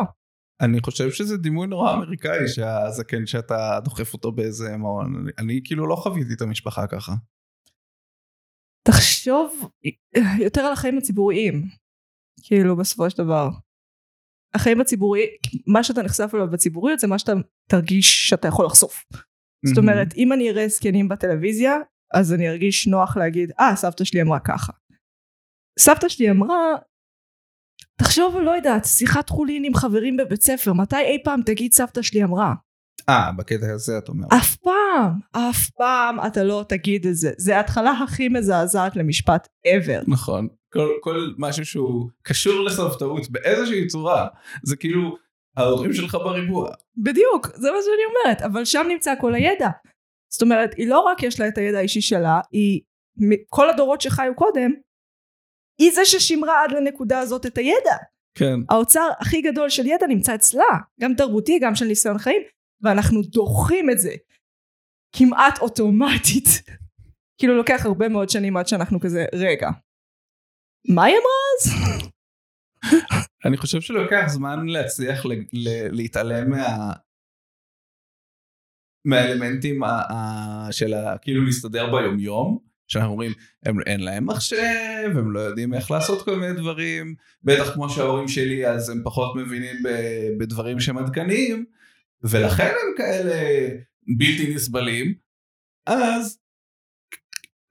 B: אני חושב שזה דימוי נורא אמריקאי שהזקן שאתה דוחף אותו באיזה מעון. אני- אני כאילו לא חוויתי את המשפחה ככה.
A: תחשוב יותר על החיים הציבוריים, כאילו בסופו של דבר. החיים הציבוריים, מה שאתה נחשף אליו בציבוריות זה מה שאתה תרגיש שאתה יכול לחשוף. זאת אומרת, אם אני אראה זקנים בטלוויזיה, אז אני ארגיש נוח להגיד, אה, סבתא שלי אמרה ככה. סבתא שלי אמרה, תחשוב, לא יודעת, שיחת חולין עם חברים בבית ספר, מתי אי פעם תגיד סבתא שלי אמרה?
B: אה, בקטע הזה את אומרת.
A: אף פעם, אף פעם אתה לא תגיד את זה. זה ההתחלה הכי מזעזעת למשפט ever.
B: נכון. כל, כל משהו שהוא קשור לסבתאות באיזושהי צורה. זה כאילו ההורים שלך בריבוע.
A: בדיוק, זה מה שאני אומרת, אבל שם נמצא כל הידע. זאת אומרת, היא לא רק יש לה את הידע האישי שלה, היא, מ- כל הדורות שחיו קודם, היא זה ששימרה עד לנקודה הזאת את הידע.
B: כן.
A: האוצר הכי גדול של ידע נמצא אצלה, גם תרבותי, גם של ניסיון חיים, ואנחנו דוחים את זה כמעט אוטומטית. כאילו לוקח הרבה מאוד שנים עד שאנחנו כזה, רגע, מה היא אמרה אז?
B: אני חושב שלוקח זמן להצליח ל, ל, להתעלם מה... מהאלמנטים ה, ה, של ה, כאילו להסתדר ביומיום, שאנחנו אומרים, הם, אין להם מחשב, הם לא יודעים איך לעשות כל מיני דברים, בטח כמו שההורים שלי אז הם פחות מבינים ב, בדברים שהם עדכניים, ולכן הם כאלה בלתי נסבלים, אז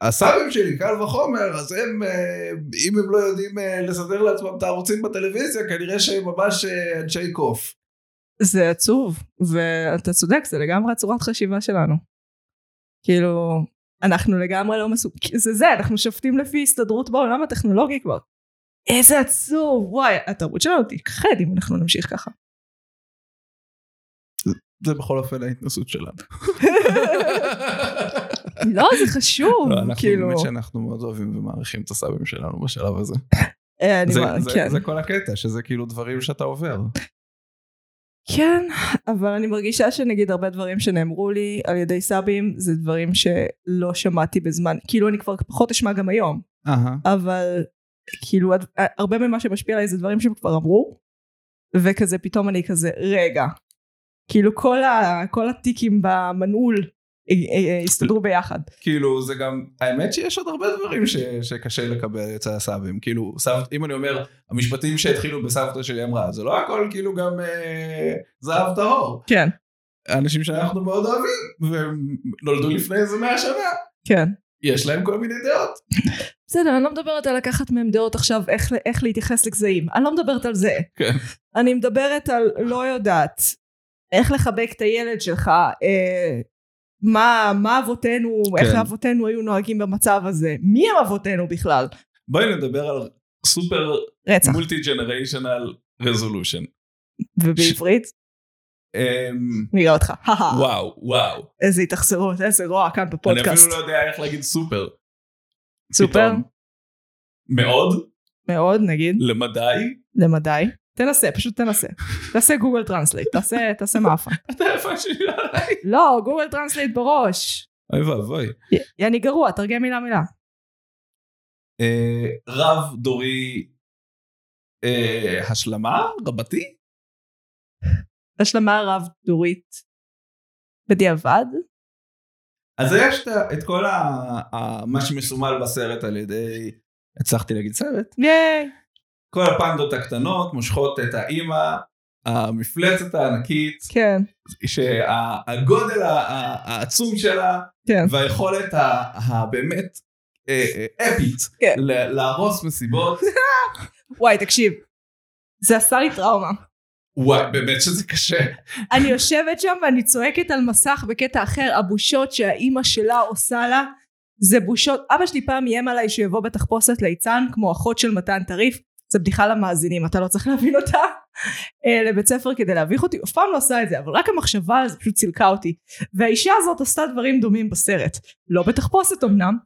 B: הסבים שלי, קל וחומר, אז הם, אה, אם הם לא יודעים אה, לסדר לעצמם את הערוצים בטלוויזיה, כנראה שהם ממש אה, אנשי קוף.
A: זה עצוב, ואתה צודק, זה לגמרי הצורת חשיבה שלנו. כאילו, אנחנו לגמרי לא מסוגלים, זה זה, אנחנו שופטים לפי הסתדרות בעולם הטכנולוגי כבר. איזה עצוב, וואי, התרבות שלנו תכחד אם אנחנו נמשיך ככה.
B: זה בכל אופן ההתנסות שלנו.
A: לא, זה חשוב,
B: לא, אנחנו
A: כאילו.
B: באמת שאנחנו מאוד אוהבים ומעריכים את הסבים שלנו בשלב הזה.
A: אה, אני
B: זה,
A: מה-
B: זה,
A: כן.
B: זה כל הקטע, שזה כאילו דברים שאתה עובר.
A: כן, אבל אני מרגישה שנגיד הרבה דברים שנאמרו לי על ידי סבים, זה דברים שלא שמעתי בזמן, כאילו אני כבר פחות אשמע גם היום,
B: אהה.
A: אבל כאילו הד- הרבה ממה שמשפיע עליי זה דברים שהם כבר אמרו, וכזה פתאום אני כזה, רגע, כאילו כל, ה, כל הטיקים במנעול אה, אה, אה, הסתדרו ביחד.
B: כאילו זה גם, האמת שיש עוד הרבה דברים ש, שקשה לקבל אצל הסבים, כאילו סבת, אם אני אומר, המשפטים שהתחילו בסבתא שלי אמרה, זה לא הכל כאילו גם אה, זהב טהור.
A: כן,
B: אנשים שאנחנו מאוד אוהבים, והם נולדו לפני איזה מאה שנה,
A: כן.
B: יש להם כל מיני דעות.
A: בסדר, אני לא מדברת על לקחת מהם דעות עכשיו איך, איך להתייחס לגזעים. אני לא מדברת על זה.
B: כן.
A: אני מדברת על לא יודעת איך לחבק את הילד שלך, אה, מה, מה אבותינו, כן. איך
B: כן.
A: אבותינו היו נוהגים במצב הזה. מי הם אבותינו בכלל?
B: בואי נדבר על סופר
A: רצח.
B: מולטי ג'נריישנל רזולושן.
A: ובעברית, נראה אותך.
B: אמ, וואו, וואו.
A: איזה התאכזרות, איזה רוע כאן
B: אני
A: בפודקאסט.
B: אפילו לא יודע איך להגיד סופר.
A: סופר?
B: פתאום. מאוד,
A: מאוד נגיד,
B: למדי.
A: למדי. תנסה, פשוט תנסה. תעשה גוגל טרנסלייט, תעשה, תעשה מאפה.
B: אתה יפה שלי עליי.
A: לא, גוגל טרנסלייט בראש.
B: אוי ואבוי.
A: י- אני גרוע, תרגם מילה מילה.
B: אה, רב דורי אה, השלמה רבתי?
A: השלמה רב דורית בדיעבד
B: אז יש את ה- את כל ה- ה- מה שמסומל בסרט על ידי, הצלחתי להגיד סרט?
A: ייי
B: כל הפנדות הקטנות מושכות את האימא, המפלצת הענקית,
A: כן
B: שהגודל העצום שלה
A: כן
B: והיכולת ה- הבאמת אה, אה, אפית
A: כן.
B: ל- להרוס מסיבות,
A: וואי תקשיב זה עשה לי טראומה
B: וואי, באמת שזה קשה.
A: אני יושבת שם ואני צועקת על מסך בקטע אחר הבושות שהאימא שלה עושה לה זה בושות אבא שלי פעם איים עליי שהוא יבוא בתחפושת ליצן כמו אחות של מתן טריף זה בדיחה למאזינים אתה לא צריך להבין אותה אה, לבית ספר כדי להביך אותי, הוא אף פעם לא עשה את זה, אבל רק המחשבה על זה פשוט צילקה אותי. והאישה הזאת עשתה דברים דומים בסרט. לא בתחפושת אמנם,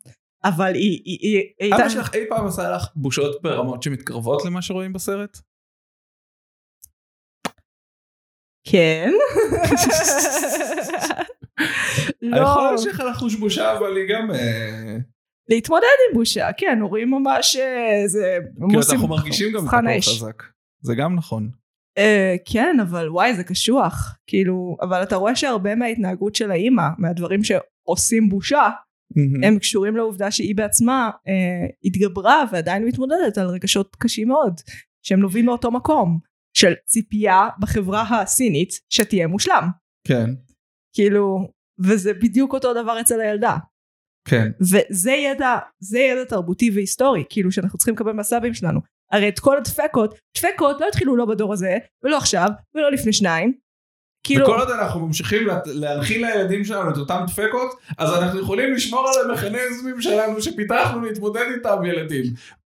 A: אבל היא, היא, היא, היא
B: אבא שלך אי פעם עשה לך בושות ברמות שמתקרבות למה שרואים בסרט?
A: כן.
B: אני יכול
A: לא,
B: להמשיך על החוש בושה, אבל היא גם... אה,
A: להתמודד עם בושה, כן, הורים ממש אה, זה...
B: כאילו,
A: עושים
B: אנחנו מרגישים גם את
A: מבחן
B: הכוח
A: האש.
B: חזק. זה גם נכון.
A: אה, כן, אבל וואי, זה קשוח. כאילו, אבל אתה רואה שהרבה מההתנהגות של האימא, מהדברים שעושים בושה,
B: Mm.
A: הם קשורים לעובדה שהיא בעצמה אה, התגברה ועדיין מתמודדת על רגשות קשים מאוד, שהם נובעים מאותו מקום, של ציפייה בחברה הסינית שתהיה מושלם.
B: כן,
A: כאילו, וזה בדיוק אותו דבר אצל הילדה.
B: כן.
A: וזה ידע, זה ידע תרבותי והיסטורי, כאילו שאנחנו צריכים לקבל מהסבים שלנו. הרי את כל הדפקות, דפקות לא התחילו לא בדור הזה, ולא עכשיו, ולא לפני שניים. כאילו,
B: וכל עוד אנחנו ממשיכים לה- להנחיל לילדים שלנו את אותם דפקות, אז אנחנו יכולים לשמור על המכניזמים שלנו שפיתחנו להתמודד איתם, ילדים.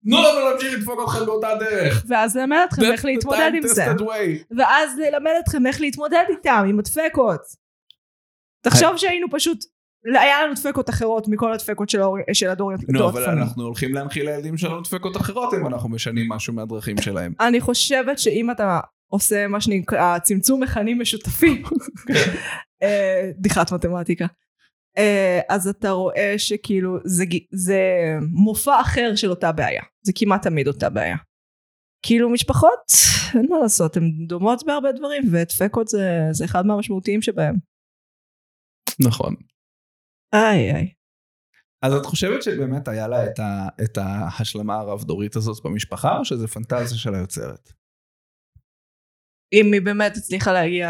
B: תנו לנו להמשיך לדפוק אתכם באותה דרך.
A: ואז ללמד אתכם איך להתמודד עם זה.
B: That's the time-tested way.
A: ואז ללמד אתכם איך להתמודד איתם, עם הדפקות. תחשוב שהיינו פשוט, היה לנו דפקות אחרות מכל הדפקות של, ההור- של הדור
B: נו,
A: הדור
B: אבל
A: לפנינו.
B: אנחנו הולכים להנחיל לילדים שלנו דפקות אחרות אם אנחנו משנים משהו מהדרכים שלהם.
A: אני חושבת שאם אתה עושה מה שנקרא צמצום מכנים משותפים, אה, בדיחת מתמטיקה, אה, אז אתה רואה שכאילו זה, גי- זה מופע אחר של אותה בעיה, זה כמעט תמיד אותה בעיה. כאילו משפחות, אין מה לעשות, הן דומות בהרבה דברים, ודפקות זה, זה אחד מהמשמעותיים שבהם.
B: נכון.
A: איי איי.
B: אז את חושבת שבאמת היה לה את, ה, את ההשלמה הרב-דורית הזאת במשפחה, או שזה פנטזיה של היוצרת?
A: אם היא באמת הצליחה להגיע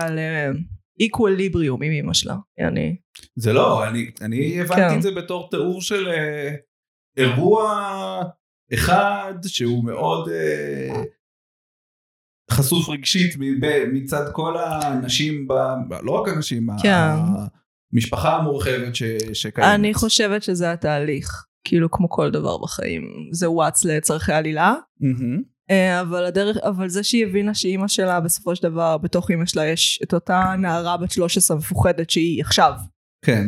A: לאיקווליבריום עם אמא שלה, אני...
B: זה לא, אני, אני הבנתי
A: כן.
B: את זה בתור תיאור של אה, אירוע אחד שהוא מאוד אה, חשוף רגשית מב- מצד כל האנשים, ב, לא רק הנשים,
A: כן.
B: המשפחה המורחבת ש, שקיימת.
A: אני חושבת שזה התהליך, כאילו כמו כל דבר בחיים, זה וואץ לצורכי עלילה,
B: מהמם.
A: אה, אבל, הדרך, אבל זה שהיא הבינה שאימא שלה בסופו של דבר, בתוך אימא שלה יש את אותה נערה בת 13 מפוחדת שהיא עכשיו,
B: כן,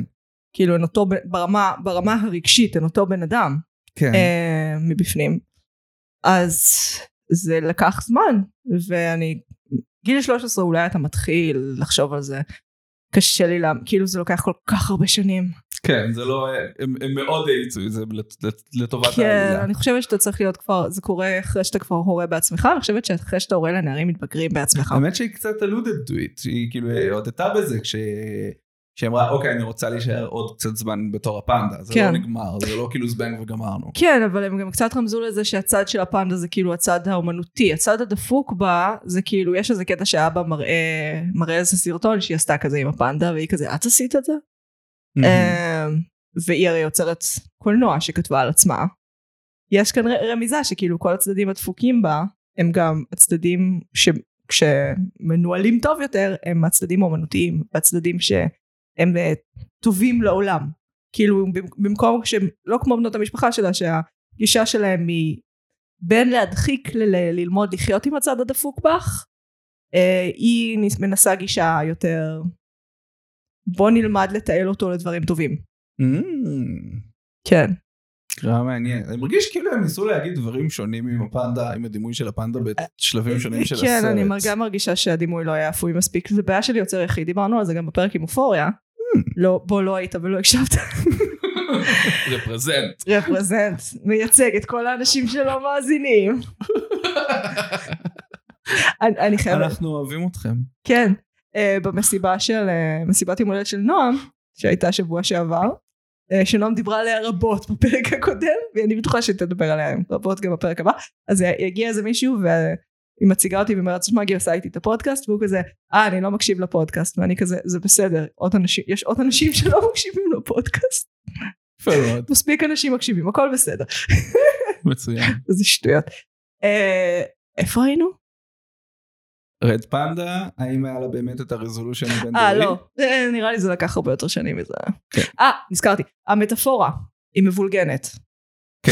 A: כאילו הן אותו, בן- ברמה, ברמה הרגשית הן אותו בן אדם
B: כן.
A: אה, מבפנים, אז זה לקח זמן, ואני, גיל 13 אולי אתה מתחיל לחשוב על זה, קשה לי, לה, כאילו זה לוקח כל כך הרבה שנים.
B: כן, זה לא, הם, הם מאוד האיצו את זה לט- לט- לטובת
A: כן,
B: העלילה.
A: אני חושבת שאתה צריך להיות כבר, זה קורה אחרי שאתה כבר הורה בעצמך, אני חושבת שאחרי שאתה הורה לנערים מתבגרים בעצמך.
B: האמת שהיא קצת alluded to it, שהיא כאילו הודתה בזה כש... שהיא אמרה אוקיי אני רוצה להישאר עוד קצת זמן בתור הפנדה, זה
A: כן.
B: לא נגמר, זה לא כאילו זבנג וגמרנו.
A: כן, אבל הם גם קצת רמזו לזה שהצד של הפנדה זה כאילו הצד האומנותי. הצד הדפוק בה זה כאילו, יש איזה קטע שהאבא מראה, מראה איזה סרטון שהיא עשתה כזה עם הפנדה, והיא כזה, את עשית את זה? אמ, והיא הרי יוצרת קולנוע שכתבה על עצמה. יש כאן ר- רמיזה שכאילו כל הצדדים הדפוקים בה הם גם הצדדים ש... כשמנוהלים טוב יותר הם הצדדים האומנותיים והצדדים שהם אה, טובים לעולם. כאילו במ- במקום שהם לא כמו בנות המשפחה שלה שהגישה שלהם היא בין להדחיק ל- ל- ללמוד לחיות עם הצד הדפוק בך אה, היא נס- מנסה גישה יותר בוא נלמד לתעל אותו לדברים טובים.
B: אמ,
A: כן.
B: קרא מעניין, אני מרגיש כאילו הם ניסו להגיד דברים שונים עם הפנדה, עם הדימוי של הפנדה בשלבים שונים של הסרט.
A: כן, אני מר- גם מרגישה שהדימוי לא היה אפוי מספיק. זו בעיה של יוצר יחיד, דיברנו על זה גם בפרק עם אופוריה.
B: Hmm.
A: לא, בוא לא היית ולא הקשבת.
B: רפרזנט.
A: רפרזנט, מייצג את כל האנשים שלא מאזינים. אני, אני חייבת,
B: אנחנו אוהבים אתכם.
A: כן. אה, במסיבה של, אה, מסיבת יום הולדת של נועם, שהייתה שבוע שעבר, אה, שנועם דיברה עליה רבות בפרק הקודם, ואני בטוחה שתדבר עליה רבות גם בפרק הבא. אז הגיע איזה מישהו והיא מציגה אותי ואומרת, שמע גיל עשה איתי את הפודקאסט, והוא כזה, אה אני לא מקשיב לפודקאסט, ואני כזה, זה בסדר, עוד אנשים, יש עוד אנשים שלא מקשיבים לפודקאסט,
B: יפה מאוד,
A: מספיק אנשים מקשיבים, הכל בסדר.
B: מצוין.
A: איזה שטויות. אה, איפה היינו?
B: רד פנדה, האם היה לה באמת את הרזולושן הבין
A: אה לא, אה, נראה לי זה לקח הרבה יותר שנים מזה. אה, נזכרתי, המטאפורה היא מבולגנת.
B: כן.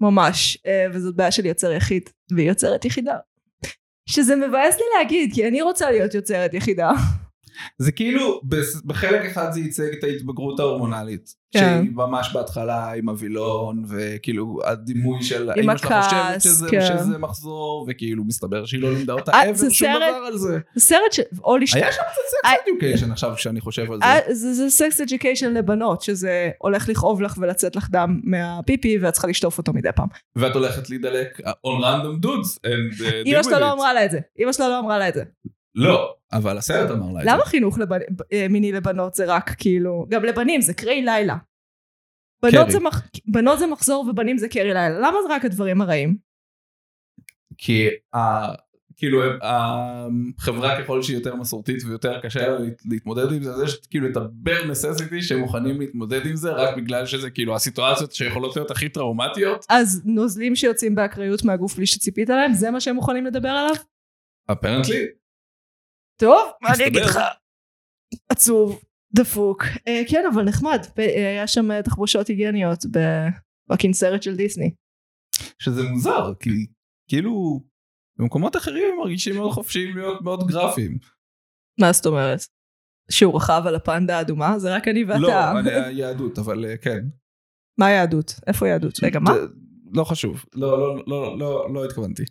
A: ממש, אה, וזאת בעיה של יוצר יחיד, והיא יוצרת יחידה. שזה מבאס לי להגיד, כי אני רוצה להיות יוצרת יחידה.
B: זה כאילו בס- בחלק אחד זה ייצג את ההתבגרות ההורמונלית
A: כן.
B: שהיא ממש בהתחלה עם הווילון וכאילו הדימוי של
A: עם
B: האמא שלך חושבת
A: הכעס,
B: שזה-
A: כן.
B: שזה מחזור וכאילו מסתבר שהיא לא לימדה אותה
A: אה,
B: אבן
A: זה
B: שום
A: סרט-
B: דבר על זה.
A: זה סרט ש... או לשת...
B: היה שם קצת סקס אדיוקיישן עכשיו כשאני חושב על זה.
A: אה, זה, זה סקס אג'יקיישן לבנות, שזה הולך לכאוב לך ולצאת לך דם מהפיפי ואת צריכה לשטוף אותו מדי פעם.
B: ואת הולכת להידלק on random dudes and uh,
A: אמא
B: deal with
A: שלה לא
B: it.
A: אמרה לה את זה. אמא שלה לא אמרה לה את זה.
B: לא, אבל הסרט אמר לה את זה.
A: למה חינוך לבנ... ב- אה, מיני לבנות זה רק כאילו... גם לבנים זה קרי לילה. בנות
B: קרי.
A: זה, מח... בנות זה מחזור ובנים זה קרי לילה. למה זה רק הדברים הרעים?
B: כי ה, כאילו החברה ככל שהיא יותר מסורתית ויותר קשה לה להת- להתמודד עם זה, אז יש כאילו את ה-bare necessity שהם מוכנים להתמודד עם זה רק בגלל שזה כאילו הסיטואציות שיכולות להיות הכי טראומטיות.
A: אז נוזלים שיוצאים באקראיות מהגוף בלי שציפית עליהם, זה מה שהם מוכנים לדבר עליו?
B: אפרנטלי.
A: טוב, מה
B: מסתבר.
A: אני אגיד לך? עצוב, דפוק. אה, כן, אבל נחמד. ב- אה, היה שם אה, תחבושות היגייניות בפאקינג סרט של דיסני.
B: שזה מוזר, כי כאילו במקומות אחרים הם מרגישים מאוד חופשיים להיות מאוד גרפיים.
A: מה זאת אומרת? שהוא רכב על הפנדה האדומה? זה רק אני ואתה.
B: לא, אני היהדות, אבל אה, כן.
A: מה היהדות? איפה היהדות? רגע, מה?
B: זה- לא חשוב. לא, לא, לא, לא, לא התכוונתי.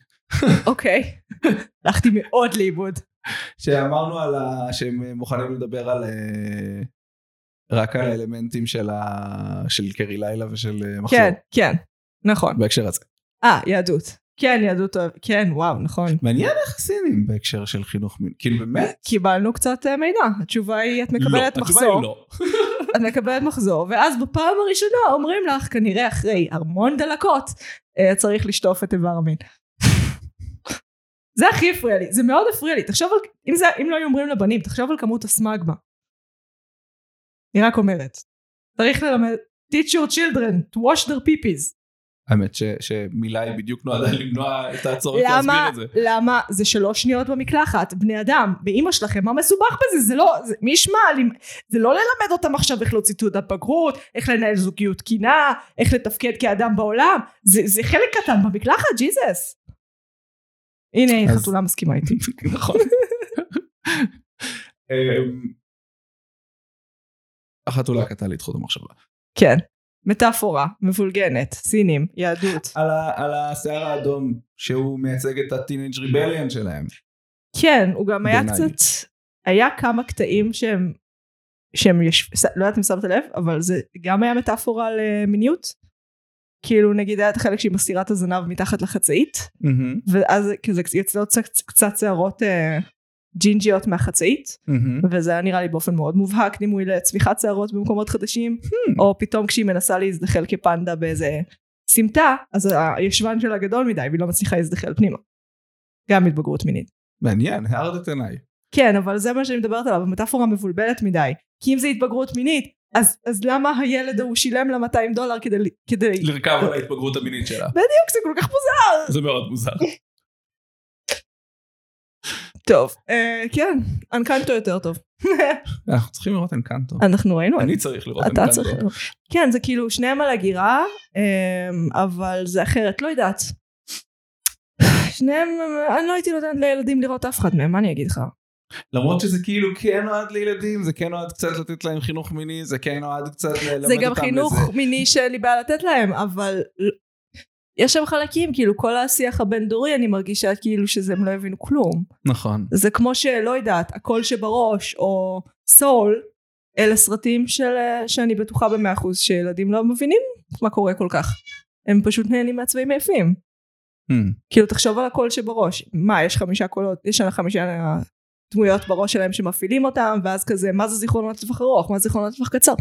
A: אוקיי. הלכתי מאוד לאיבוד.
B: שאמרנו על ה... שהם מוכנים לדבר על... אה,
A: כן.
B: רק על האלמנטים של, ה... של קרי לילה ושל אה, מחזור.
A: כן, כן, נכון.
B: בהקשר הזה.
A: אה, יהדות. כן, יהדות אוהב. כן, וואו, נכון.
B: מעניין איך הסינים בהקשר של חינוך מיני. כאילו באמת?
A: קיבלנו קצת אה, מידע. התשובה היא, את מקבלת
B: התשובה
A: מחזור.
B: היא לא.
A: את מקבלת מחזור, ואז בפעם הראשונה אומרים לך, כנראה אחרי המון דלקות, אה, צריך לשטוף את איבר המין. זה הכי הפריע לי, זה מאוד הפריע לי. תחשוב על, אם, זה, אם לא היו אומרים לבנים, תחשוב על כמות הסמגמה. אני רק אומרת. צריך ללמד, teach your children to wash their peepees.
B: האמת ש... שמילה היא בדיוק נועדה למנוע את הצורך להסביר
A: למה,
B: את זה.
A: למה זה שלוש שניות במקלחת, בני אדם, באימא שלכם, מה מסובך בזה? זה לא, זה, מי ישמע, לי- זה לא ללמד אותם עכשיו איך להוציא תעודת בגרות, איך לנהל זוגיות תקינה, איך לתפקד כאדם בעולם, זה, זה חלק קטן במקלחת, ג'יזס. הנה,
B: אז-
A: חתולה מסכימה איתי.
B: נכון. אמ, החתולה קטעה לי את חוט המחשבה.
A: כן. מטאפורה, מבולגנת, סינים, יהדות.
B: על ה- על השיער האדום שהוא מייצג את הטינג' ריבליאן שלהם.
A: כן, הוא גם היה
B: בעיניי.
A: קצת, היה כמה קטעים שהם, שהם יש, לא יודעת אם שמת לב, אבל זה גם היה מטאפורה על אה, מיניות. כאילו נגיד היה את החלק שהיא מסתירה את הזנב מתחת לחצאית, ואז כזה יוצאות קצת- קצת שערות אה, ג'ינג'יות מהחצאית, וזה היה נראה לי באופן מאוד מובהק דימוי לצמיחת שערות במקומות חדשים, או פתאום כשהיא מנסה להזדחל כפנדה באיזה סמטה, אז הישבן שלה גדול מדי והיא לא מצליחה להזדחל פנימה. גם התבגרות מינית.
B: מעניין, הערת את עיניי.
A: כן, אבל זה מה שאני מדברת עליו, המטאפורה מבולבלת מדי. כי אם זה התבגרות מינית, אז, אז למה הילד ההוא שילם לה 200 דולר כדי... ל- כדי... בדיוק,
B: לרכב על ההתבגרות המינית שלה.
A: זה כל כך מוזר.
B: זה מאוד מוזר.
A: טוב. אה, כן, אנקנטו יותר טוב.
B: אנחנו צריכים לראות אנקנטו.
A: אנחנו ראינו את
B: אני
A: זה.
B: צריך לראות
A: אתה צריך...
B: אנקנטו.
A: כן, זה כאילו שניהם על הגירה, אמ, אבל זה אחרת, לא יודעת. שניהם, אמ, אני לא הייתי נותנת לילדים לראות אף אחד מהם, מה אני אגיד לך?
B: למרות שזה כאילו כן נועד לילדים, זה כן נועד קצת לתת להם חינוך מיני, זה כן נועד קצת ללמד אותם לזה.
A: זה גם חינוך מיני שאין לי בעיה לתת להם, אבל ל- יש שם חלקים, כאילו כל השיח הבין-דורי, אני מרגישה כאילו שזה הם לא הבינו כלום.
B: נכון.
A: זה כמו שלא יודעת, הקול שבראש, או סול, אלה סרטים של, אה, שאני בטוחה במאה אחוז שילדים לא מבינים מה קורה כל כך. הם פשוט נהנים מעצבים יפים.
B: Hmm.
A: כאילו תחשוב על הקול שבראש. מה, יש חמישה קולות, יש לנו חמישה דמויות בראש שלהם שמפעילים אותם, ואז כזה, מה זה זיכרונות לטווח ארוך, מה זה זיכרונות לטווח קצר.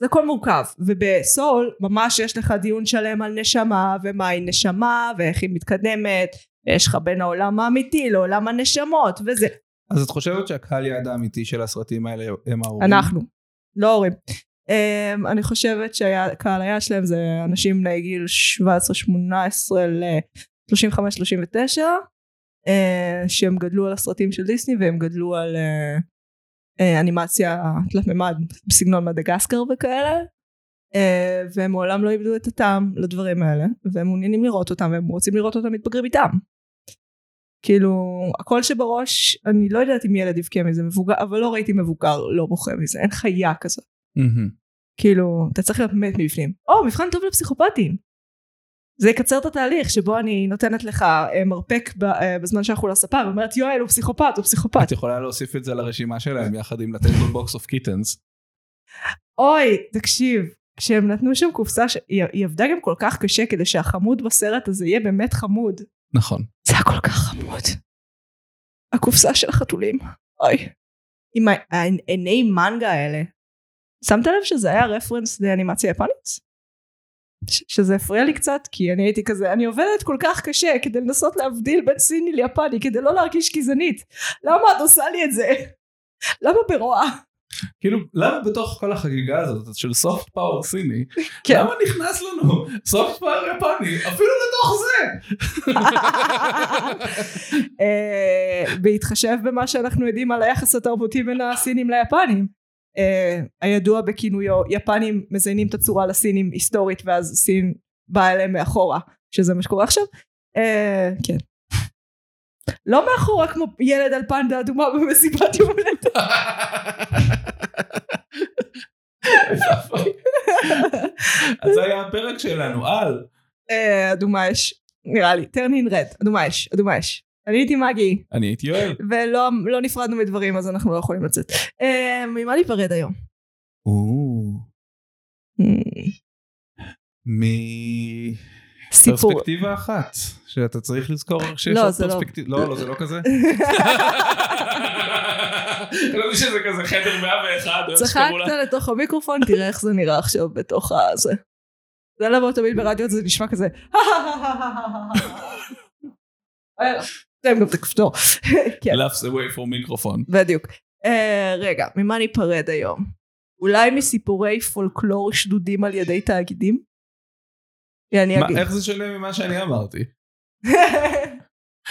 A: זה הכל מורכב, ובסול ממש יש לך דיון שלם על נשמה, ומהי נשמה, ואיך היא מתקדמת, ויש לך בין העולם האמיתי לעולם הנשמות, וזה.
B: אז את חושבת שהקהל יעד האמיתי של הסרטים האלה הם ההורים?
A: אנחנו, לא הורים. Um, אני חושבת שהקהל היעד שלהם זה אנשים בני גיל 17-18 ל-35-39 uh, שהם גדלו על הסרטים של דיסני והם גדלו על uh, uh, אנימציה תלת מימד בסגנון מדגסקר וכאלה uh, והם מעולם לא איבדו את הטעם לדברים האלה והם מעוניינים לראות אותם והם רוצים לראות אותם מתבגרים איתם כאילו הקול שבראש אני לא יודעת אם ילד יבכה מזה מבוגר אבל לא ראיתי מבוגר לא בוכה מזה אין חיה כזאת
B: מהמם.
A: כאילו אתה צריך להיות מת מבפנים או מבחן טוב לפסיכופטים זה יקצר את התהליך שבו אני נותנת לך אה, מרפק ב- אה, בזמן שאנחנו לספה ואומרת יואל הוא פסיכופת הוא פסיכופת
B: את יכולה להוסיף את זה לרשימה שלהם יחד עם לתת לו בוקס אוף קיטנס.
A: אוי תקשיב כשהם נתנו שם קופסה ש- היא- היא עבדה גם כל כך קשה כדי שהחמוד בסרט הזה יהיה באמת חמוד
B: נכון.
A: זה היה כל כך חמוד. הקופסה של החתולים. אוי. עם ה- העיני מנגה האלה. שמת לב שזה היה רפרנס לאנימציה יפנית? ש- שזה הפריע לי קצת כי אני הייתי כזה אני עובדת כל כך קשה כדי לנסות להבדיל בין סיני ליפני כדי לא להרגיש גזענית למה את עושה לי את זה? למה ברוע?
B: כאילו למה בתוך כל החגיגה הזאת של סופט פאוור סיני
A: כן.
B: למה נכנס לנו סופט פאוור יפני אפילו לתוך זה.
A: אה, בהתחשב במה שאנחנו יודעים על היחס התרבותי בין הסינים ליפנים אה, הידוע בכינויו יפנים מזיינים את הצורה לסינים היסטורית ואז סין באה אליהם מאחורה שזה מה שקורה עכשיו אה, כן לא מאחורה כמו ילד על פנדה אדומה במסיבת יום הולדת
B: אז זה היה הפרק שלנו על
A: אה, אדומה אש נראה לי turn in red אדומה אש אדומה אש אני הייתי מגי
B: אני הייתי יואל.
A: ולא לא נפרדנו מדברים אז אנחנו לא יכולים לצאת אה, ממה ניפרד היום? סיפור.
B: מפרספקטיבה אחת שאתה צריך לזכור שיש
A: לא,
B: עוד
A: זה לא.
B: פרספקטיבה. לא, לא זה לא כזה. לא שזה כזה חדר 101. או איך שקראו לה.
A: צחקת לתוך המיקרופון, תראה איך זה נראה עכשיו בתוך הזה. זה למה תמיד ברדיו זה נשמע כזה. אה, תן גם את הכפתור. כן,
B: Laughs away from מיקרופון.
A: בדיוק. אה, רגע, ממה ניפרד היום? אולי מסיפורי פולקלור שדודים על ידי תאגידים? יא, אני
B: מה,
A: אגיד.
B: איך זה שונה ממה שאני אמרתי?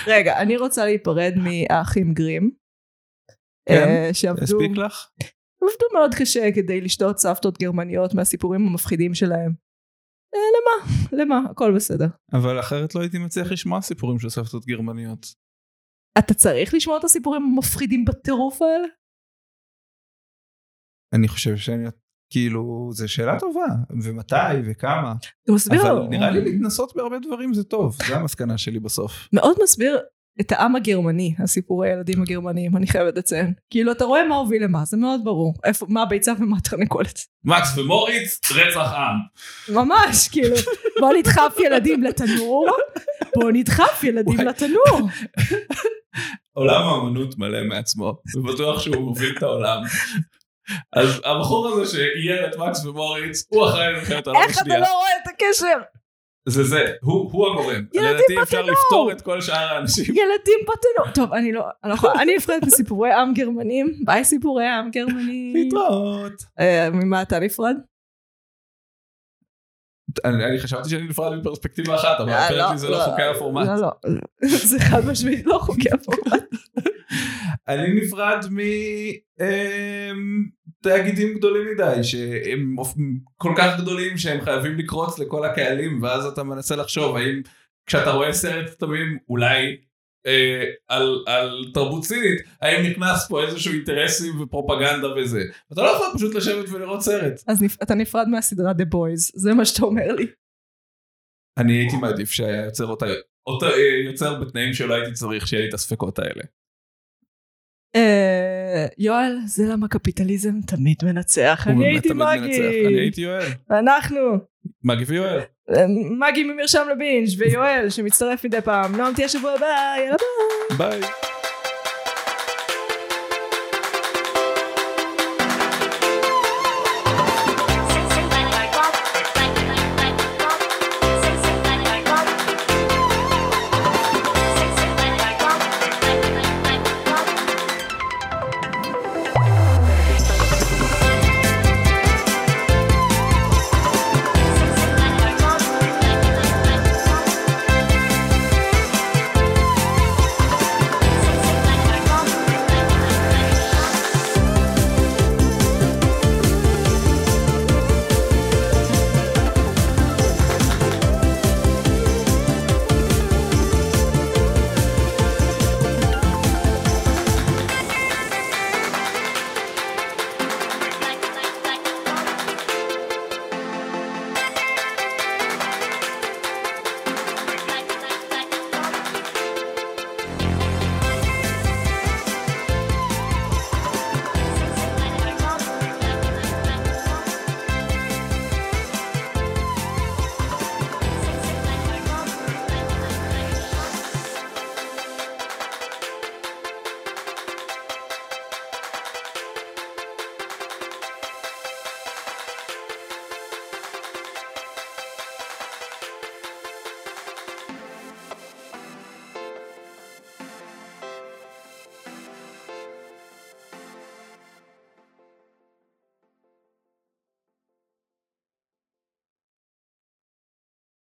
A: רגע, אני רוצה להיפרד מהאחים גרים.
B: כן?
A: אה, שעבדו
B: הספיק לך?
A: הם עבדו מאוד קשה כדי לשתות סבתות גרמניות מהסיפורים המפחידים שלהם. אה, למה? למה? הכל בסדר.
B: אבל אחרת לא הייתי מצליח לשמוע סיפורים של סבתות גרמניות.
A: אתה צריך לשמוע את הסיפורים המפחידים בטירוף האלה?
B: אני חושב שאני... כאילו, זו שאלה טובה, ומתי וכמה,
A: זה מסביר
B: אבל
A: לו.
B: נראה לי להתנסות בהרבה דברים זה טוב, זו המסקנה שלי בסוף.
A: מאוד מסביר את העם הגרמני, הסיפורי הילדים הגרמניים, אני חייבת לציין. כאילו, אתה רואה מה הוביל למה, זה מאוד ברור. איפה, מה הביצה ומה התרנגולת.
B: מקס ומוריץ, רצח עם.
A: ממש, כאילו, בוא נדחף ילדים לתנור, בוא נדחף ילדים
B: וואי.
A: לתנור.
B: עולם האמנות מלא מעצמו, ובטוח שהוא מוביל את העולם. אז הבחור הזה שאייר את מקס ומוריץ, הוא אחראי למלחמת העולם
A: איך אתה
B: השנייה.
A: לא רואה את הקשר?
B: זה זה, הוא הוא הגורם.
A: ילדים
B: לדעתי אפשר
A: פתלו.
B: לפתור את כל שאר האנשים.
A: ילדים בטנות. טוב, אני לא, אני לא יכולה, אני נפרדת מסיפורי עם גרמנים. ביי סיפורי עם גרמנים.
B: להתראות.
A: אה, ממה אתה נפרד?
B: אני אני חשבתי שאני נפרד מפרספקטיבה אחת, אבל
A: אה,
B: הפרק זה לא חוקי הפורמט.
A: לא, לא. זה חד משמעית לא חוקי הפורמט.
B: אני נפרד מתאגידים גדולים מדי, שהם כל כך גדולים שהם חייבים לקרוץ לכל הקהלים, ואז אתה מנסה לחשוב האם כשאתה רואה סרט תמים אולי אה, על, על תרבות סינית, האם נכנס פה איזשהו אינטרסים ופרופגנדה וזה. אתה לא יכול פשוט לשבת ולראות סרט.
A: אז נפ- אתה נפרד מהסדרה The Boys, זה מה שאתה אומר לי.
B: אני הייתי מעדיף שהיה יוצר אותה, אותה אה, יוצר בתנאים שלא הייתי צריך שיהיה לי את הספקות האלה.
A: אה, יואל, זה למה קפיטליזם תמיד מנצח.
B: הוא
A: אני
B: באמת
A: הייתי
B: תמיד מנצח. אני
A: מגי.
B: הייתי יואל.
A: ואנחנו,
B: מגי ויואל.
A: אה, מגי ממרשם לבינג' ויואל שמצטרף מדי פעם. נועם תהיה שבוע הבא, יאללה ביי.
B: ביי.